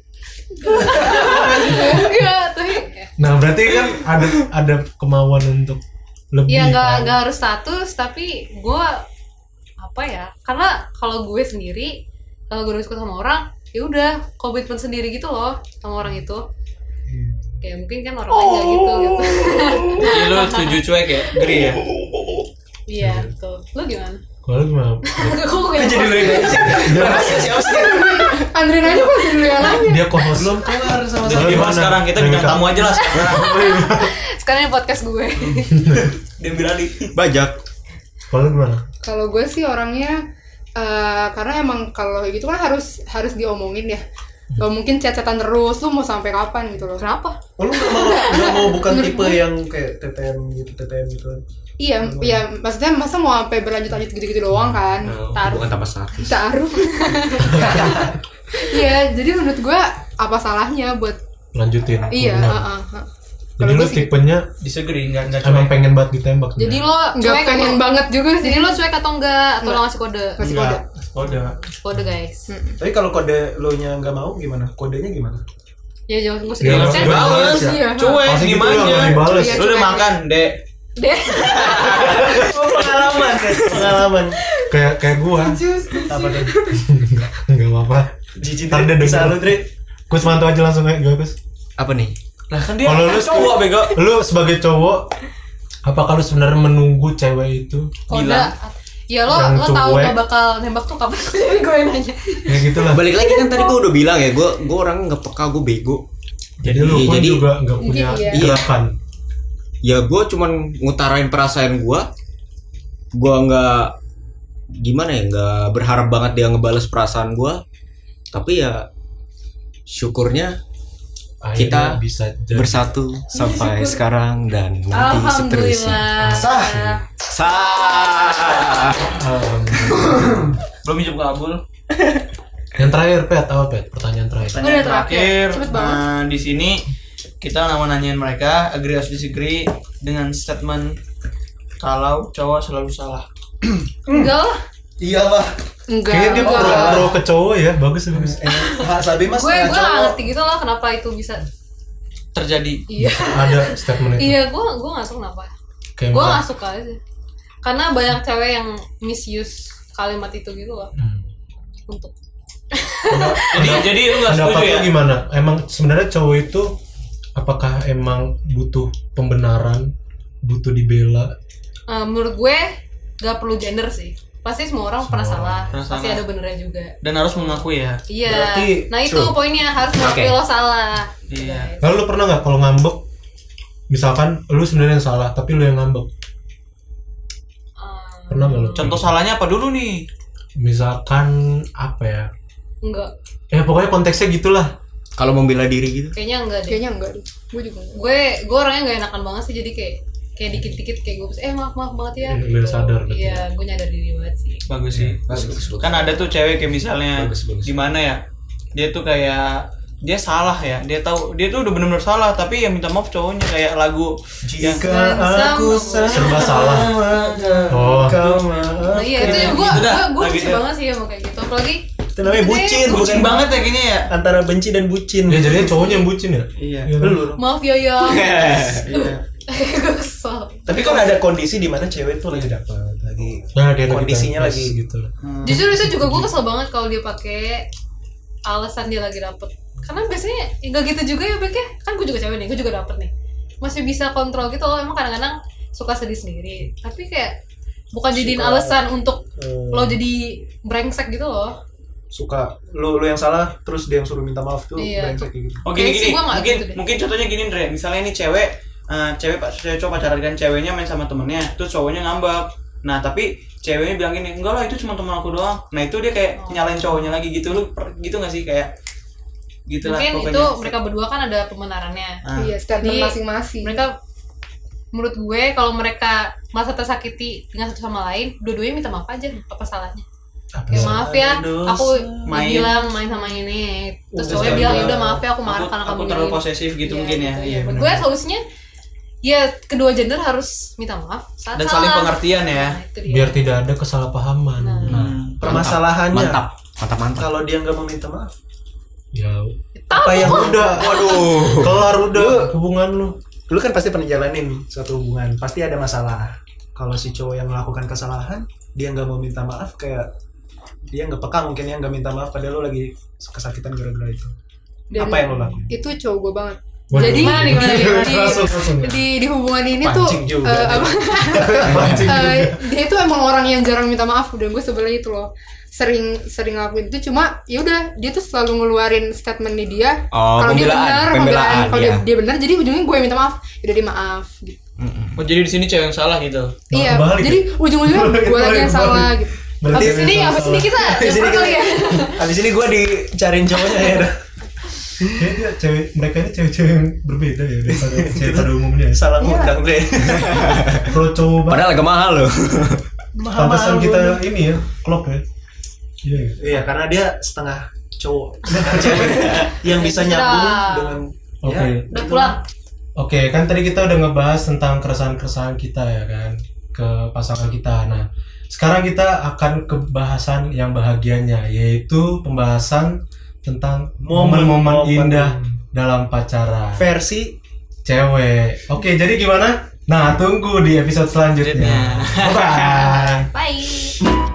Speaker 4: enggak tapi
Speaker 2: nah berarti kan ada ada kemauan untuk lebih
Speaker 4: ya nggak
Speaker 2: kan?
Speaker 4: nggak harus status tapi gue apa ya karena kalau gue sendiri kalau gue udah suka sama orang ya udah komitmen sendiri gitu loh sama orang itu kayak mungkin kan orang aja gitu gitu
Speaker 2: Oh.
Speaker 3: Jadi lu setuju cuek ya? Geri ya?
Speaker 4: iya betul lu gimana
Speaker 2: Kalau lu gimana?
Speaker 4: Kok gue yang
Speaker 1: lu ini siapa sih
Speaker 5: Andre nanya kok jadi lu yang nanya
Speaker 2: Dia co-host.
Speaker 1: belum kelar sama
Speaker 2: Soalnya
Speaker 3: Gimana
Speaker 2: mana?
Speaker 3: sekarang? Kita
Speaker 2: Mimika.
Speaker 3: bintang tamu aja lah sekarang
Speaker 4: sekarang ini podcast gue
Speaker 3: Dia bilang di
Speaker 7: Bajak.
Speaker 2: Kalau lu gimana?
Speaker 5: Kalau gue sih orangnya eh, karena emang kalau gitu kan harus harus diomongin ya. Gak mungkin cacatan terus lu mau sampai kapan gitu loh.
Speaker 4: kenapa
Speaker 1: Oh, lu nggak mau nggak mau bukan tipe yang kayak TTM gitu TTM gitu
Speaker 5: Iya, iya maksudnya masa mau sampai berlanjut-lanjut gitu-gitu doang kan?
Speaker 1: Iya.
Speaker 5: Taruh.
Speaker 7: Bukan tanpa status.
Speaker 5: Taruh. Iya, jadi menurut gue apa salahnya buat
Speaker 2: Lanjutin.
Speaker 5: iya,
Speaker 2: Benar.
Speaker 4: uh,
Speaker 5: heeh, heeh.
Speaker 2: Jadi
Speaker 5: Kalau
Speaker 2: lu
Speaker 5: gue sih
Speaker 2: tipenya
Speaker 3: disagree, nggak nggak
Speaker 2: emang
Speaker 3: cuek
Speaker 2: pengen banget ditembak.
Speaker 4: jadi
Speaker 2: sebenarnya.
Speaker 4: lo
Speaker 5: nggak
Speaker 4: cuek
Speaker 5: pengen
Speaker 4: atau-
Speaker 5: banget juga sih.
Speaker 4: jadi lo cuek atau enggak atau lo
Speaker 5: Enggak.
Speaker 4: ngasih kode
Speaker 5: masih
Speaker 3: Nggak.
Speaker 5: kode.
Speaker 3: Kode
Speaker 4: kode guys
Speaker 5: Hmm.
Speaker 1: tapi kalau kode lo nya nggak mau gimana kodenya gimana
Speaker 4: ya jangan gue
Speaker 2: Iya,
Speaker 4: sedih
Speaker 2: langsung
Speaker 4: kan
Speaker 3: Bales,
Speaker 5: Iya.
Speaker 3: ya. cuek
Speaker 2: Pasti gitu
Speaker 3: gimana?
Speaker 2: lah, nggak dibales.
Speaker 5: Iya,
Speaker 3: Lu udah
Speaker 5: cuek.
Speaker 3: makan, dek
Speaker 4: deh
Speaker 1: pengalaman pengalaman
Speaker 2: Kayak kayak gua.
Speaker 1: apa tuh
Speaker 2: Enggak apa-apa.
Speaker 1: Jiji
Speaker 2: Ntar
Speaker 1: Tri,
Speaker 2: dia
Speaker 1: bisa
Speaker 2: denger.
Speaker 1: lu Tri
Speaker 2: Kus mantau aja langsung kayak gue, Kus.
Speaker 7: Apa nih?
Speaker 3: Lah kan dia
Speaker 2: Kalau lu-
Speaker 3: cowok bego
Speaker 2: Lu sebagai cowok apakah lu sebenarnya menunggu cewek itu?
Speaker 4: kode
Speaker 3: Gila.
Speaker 4: ya lo
Speaker 2: Yang
Speaker 4: lo tahu
Speaker 2: cuek.
Speaker 4: gak bakal nembak tuh kapan jadi gue yang nanya
Speaker 2: Ya gitulah.
Speaker 7: Balik lagi kan tadi gue udah bilang ya, gue gue orang nggak peka, gue bego.
Speaker 2: Jadi lu
Speaker 7: Iya,
Speaker 2: pun
Speaker 7: jadi-
Speaker 2: juga nggak punya
Speaker 5: Iya.
Speaker 2: gerakan.
Speaker 7: Ya gue cuman ngutarain perasaan gue. Gue nggak gimana ya, nggak berharap banget dia ngebales perasaan gue. Tapi ya syukurnya
Speaker 2: Akhirnya
Speaker 7: Kita
Speaker 2: bisa jadi.
Speaker 7: bersatu sampai sekarang dan nanti seterusnya.
Speaker 4: alhamdulillah
Speaker 1: Sah.
Speaker 7: Sah.
Speaker 2: Um,
Speaker 3: Belum minjem kabul
Speaker 2: yang terakhir pet apa pet? Pertanyaan terakhir.
Speaker 3: Pertanyaan
Speaker 5: Udah terakhir.
Speaker 3: terakhir,
Speaker 5: Cepet banget.
Speaker 3: nah, di sini kita mau nanyain mereka agree atau disagree dengan statement kalau cowok selalu salah.
Speaker 4: enggak lah
Speaker 1: iya pak
Speaker 5: Enggak.
Speaker 2: Kayaknya dia
Speaker 5: enggak.
Speaker 2: pro, pro ke cowok ya, bagus bagus.
Speaker 1: Pak Sabi mas
Speaker 4: gue
Speaker 1: setengah
Speaker 4: gue gak
Speaker 1: cowok.
Speaker 4: ngerti gitu loh kenapa itu bisa
Speaker 3: Terjadi
Speaker 4: iya
Speaker 2: Ada statement itu.
Speaker 4: iya gue gue gak suka kenapa
Speaker 2: Kayak
Speaker 4: gue
Speaker 2: misalnya-
Speaker 4: gak suka aja karena banyak cewek yang misuse kalimat itu gitu loh
Speaker 2: Hmm.
Speaker 4: untuk
Speaker 3: Jadi jadi lu gak
Speaker 2: Pendapat
Speaker 3: setuju
Speaker 2: lu
Speaker 3: ya?
Speaker 2: gimana? Emang sebenarnya cowok itu apakah emang butuh pembenaran, butuh dibela?
Speaker 4: Eh, menurut gue gak perlu gender sih pasti semua orang pernah salah
Speaker 3: Pernah
Speaker 4: pasti
Speaker 3: salah.
Speaker 4: ada benernya juga
Speaker 3: Dan harus mengakui ya.
Speaker 4: iya
Speaker 1: Berarti
Speaker 4: nah itu
Speaker 1: true.
Speaker 4: poinnya harus mengakui
Speaker 7: Oke.
Speaker 4: lo salah
Speaker 3: Iya.
Speaker 2: Lalu lu pernah nggak kalau ngambek? Misalkan lu sebenarnya yang salah, tapi lu yang ngambek.
Speaker 4: Eh,
Speaker 2: Pernah nggak lu?
Speaker 3: Contoh salahnya apa dulu nih?
Speaker 2: Misalkan apa ya?
Speaker 4: enggak
Speaker 2: Ya pokoknya konteksnya gitulah.
Speaker 7: Kalau membela diri gitu.
Speaker 4: kayaknya enggak deh
Speaker 5: Kayaknya enggak deh. Gue juga enggak.
Speaker 4: gue gue orangnya gak enakan banget sih jadi kayak kayak dikit-dikit kayak gue eh maaf maaf banget ya
Speaker 2: Iya, biar sadar gitu.
Speaker 4: iya gue nyadar diri banget sih
Speaker 3: Bagus sih. Kan ada tuh cewek kayak misalnya gimana ya? Dia tuh kayak dia salah ya. Dia tahu dia tuh udah bener-bener salah tapi yang minta maaf cowoknya kayak lagu yang
Speaker 1: jika
Speaker 4: Sama-
Speaker 1: aku
Speaker 4: sama-
Speaker 2: Serba salah. Oh.
Speaker 1: oh kau maaf
Speaker 4: Nah, iya itu ya gue
Speaker 3: Itu dah,
Speaker 4: gue gue
Speaker 3: lagi
Speaker 4: benci
Speaker 3: dah.
Speaker 4: banget sih sama kayak gitu apalagi
Speaker 1: itu namanya bucin bukan
Speaker 3: bucin banget ya kayaknya ya.
Speaker 1: antara benci dan bucin
Speaker 2: Ya jadinya cowoknya yang bucin ya?
Speaker 3: Iya.
Speaker 2: kan?
Speaker 4: maaf ya ya
Speaker 3: Iya.
Speaker 4: gue kesel
Speaker 1: tapi kan ada kondisi di mana cewek tuh lagi dapat lagi
Speaker 2: Nah, dia
Speaker 1: kondisinya
Speaker 2: dipepes
Speaker 1: lagi
Speaker 2: gitu.
Speaker 4: justru itu juga gue kesel banget kalau dia pakai alasan dia lagi dapet karena biasanya enggak gitu juga ya Bek ya kan gue juga cewek nih gue juga dapet nih masih bisa kontrol gitu loh emang kadang-kadang suka sedih sendiri tapi kayak bukan jadiin
Speaker 1: Suka-
Speaker 4: alasan untuk
Speaker 1: eh,
Speaker 3: Hmm.
Speaker 4: lo jadi brengsek gitu loh
Speaker 1: suka lo lo yang salah terus dia yang suruh minta maaf tuh
Speaker 4: Iya,
Speaker 1: brengsek
Speaker 4: tuh.
Speaker 1: kayak gitu
Speaker 3: Oh gini
Speaker 4: Kayaknya sih
Speaker 3: gini,
Speaker 4: gua nggak
Speaker 3: mungkin
Speaker 4: gitu deh.
Speaker 3: mungkin contohnya gini Dre, misalnya ini cewek, eh, cewek pak cewek cowok pacaran kan ceweknya main sama temennya, terus cowoknya ngambek. Nah tapi ceweknya bilang gini, enggak lah itu cuma teman aku doang. Nah itu dia kayak
Speaker 4: Oh.
Speaker 3: nyalain cowoknya lagi gitu lu per- gitu nggak sih kayak gitu lah
Speaker 4: mungkin
Speaker 3: pokoknya.
Speaker 4: itu mereka berdua kan ada pembenarannya
Speaker 1: Nah,
Speaker 3: Ah.
Speaker 5: Iya, statement
Speaker 4: Jadi,
Speaker 5: masing-masing.
Speaker 4: mereka menurut gue kalau mereka merasa tersakiti dengan satu sama lain dua-duanya minta maaf aja apa salahnya
Speaker 2: Apa
Speaker 4: ya
Speaker 2: sih?
Speaker 4: maaf ya
Speaker 1: dosa.
Speaker 4: aku
Speaker 3: Main.
Speaker 4: bilang main sama ini
Speaker 3: Oh,
Speaker 1: Terus
Speaker 4: terus cowoknya
Speaker 1: cowoknya
Speaker 4: bilang ya
Speaker 1: bilang,
Speaker 4: udah maaf ya aku marah karena
Speaker 3: aku
Speaker 4: kamu
Speaker 3: terlalu
Speaker 4: gini."
Speaker 3: posesif gitu
Speaker 4: Iya,
Speaker 3: mungkin ya.
Speaker 4: gitu,
Speaker 3: Iya
Speaker 4: Menurut
Speaker 3: benar.
Speaker 4: gue solusinya ya kedua gender harus minta maaf saat
Speaker 3: Dan saling
Speaker 4: salah.
Speaker 3: pengertian ya.
Speaker 4: Nah, itu dia.
Speaker 2: Biar tidak ada kesalahpahaman.
Speaker 4: Nah.
Speaker 3: Hmm.
Speaker 1: permasalahannya
Speaker 7: Mantap. Mantap mantap.
Speaker 1: kalau dia nggak mau minta maaf
Speaker 2: Ya
Speaker 1: apa yang udah waduh
Speaker 2: kelar udah hubungan lu.
Speaker 1: lu kan pasti pernah jalanin suatu hubungan pasti ada masalah kalau si cowok yang melakukan kesalahan dia nggak mau minta maaf kayak dia nggak peka mungkin ya nggak minta maaf padahal lo lagi kesakitan gara-gara itu
Speaker 5: Dan
Speaker 1: apa yang lo lakuin
Speaker 5: itu cowok gue banget
Speaker 2: Waduh.
Speaker 5: jadi
Speaker 4: Gimana, gimana, gimana?
Speaker 5: di,
Speaker 2: langsung langsung Nah,
Speaker 5: di, di hubungan ini
Speaker 1: Pancing
Speaker 5: tuh
Speaker 1: juga.
Speaker 5: eh, apa-
Speaker 2: Pancing juga.
Speaker 5: eh, dia itu emang orang yang jarang minta maaf dan gue sebelah itu loh sering sering ngelakuin itu cuma yaudah dia tuh selalu ngeluarin statementnya dia
Speaker 7: Oh,
Speaker 5: kalau dia benar
Speaker 7: pembelaan, pembelaan,
Speaker 5: pembelaan kalau
Speaker 7: iya.
Speaker 5: dia, dia benar jadi ujungnya gue yang minta maaf Ya udah dia maaf gitu
Speaker 3: Oh, jadi di sini cewek yang salah gitu.
Speaker 2: Malah
Speaker 5: iya
Speaker 2: kebalik.
Speaker 5: jadi
Speaker 7: ya?
Speaker 5: ujung-ujungnya gue lagi yang
Speaker 2: Kebalik,
Speaker 5: salah
Speaker 2: kebalik.
Speaker 5: gitu
Speaker 2: Berarti
Speaker 4: Abis ini,
Speaker 2: memang
Speaker 4: abis ini
Speaker 2: salah.
Speaker 4: kita
Speaker 1: Abis ini
Speaker 4: dapat kali ya.
Speaker 1: abis ini gue dicariin cowoknya ya dah.
Speaker 2: Kayaknya cewek mereka ini cewek-cewek yang berbeda ya daripada cewek pada umumnya. ya.
Speaker 4: Iya.
Speaker 1: salah ngundang deh
Speaker 2: Kalau cowok banget,
Speaker 7: Padahal agak mahal loh.
Speaker 2: pantesan kita ini ya klop ya. Iya. ya.
Speaker 1: iya karena dia setengah cowok setengah cewek yang bisa nyambung
Speaker 4: Nah.
Speaker 1: dengan
Speaker 2: Oke.
Speaker 1: ya,
Speaker 4: Udah pulang.
Speaker 2: Oke, kan tadi kita udah ngebahas tentang keresahan-keresahan kita ya kan ke pasangan kita. Nah, sekarang kita akan ke bahasan yang bahagianya yaitu pembahasan tentang momen-momen indah dalam pacaran
Speaker 1: versi
Speaker 2: cewek. Oke, jadi gimana? Nah, tunggu di episode selanjutnya. Bye.
Speaker 4: Bye.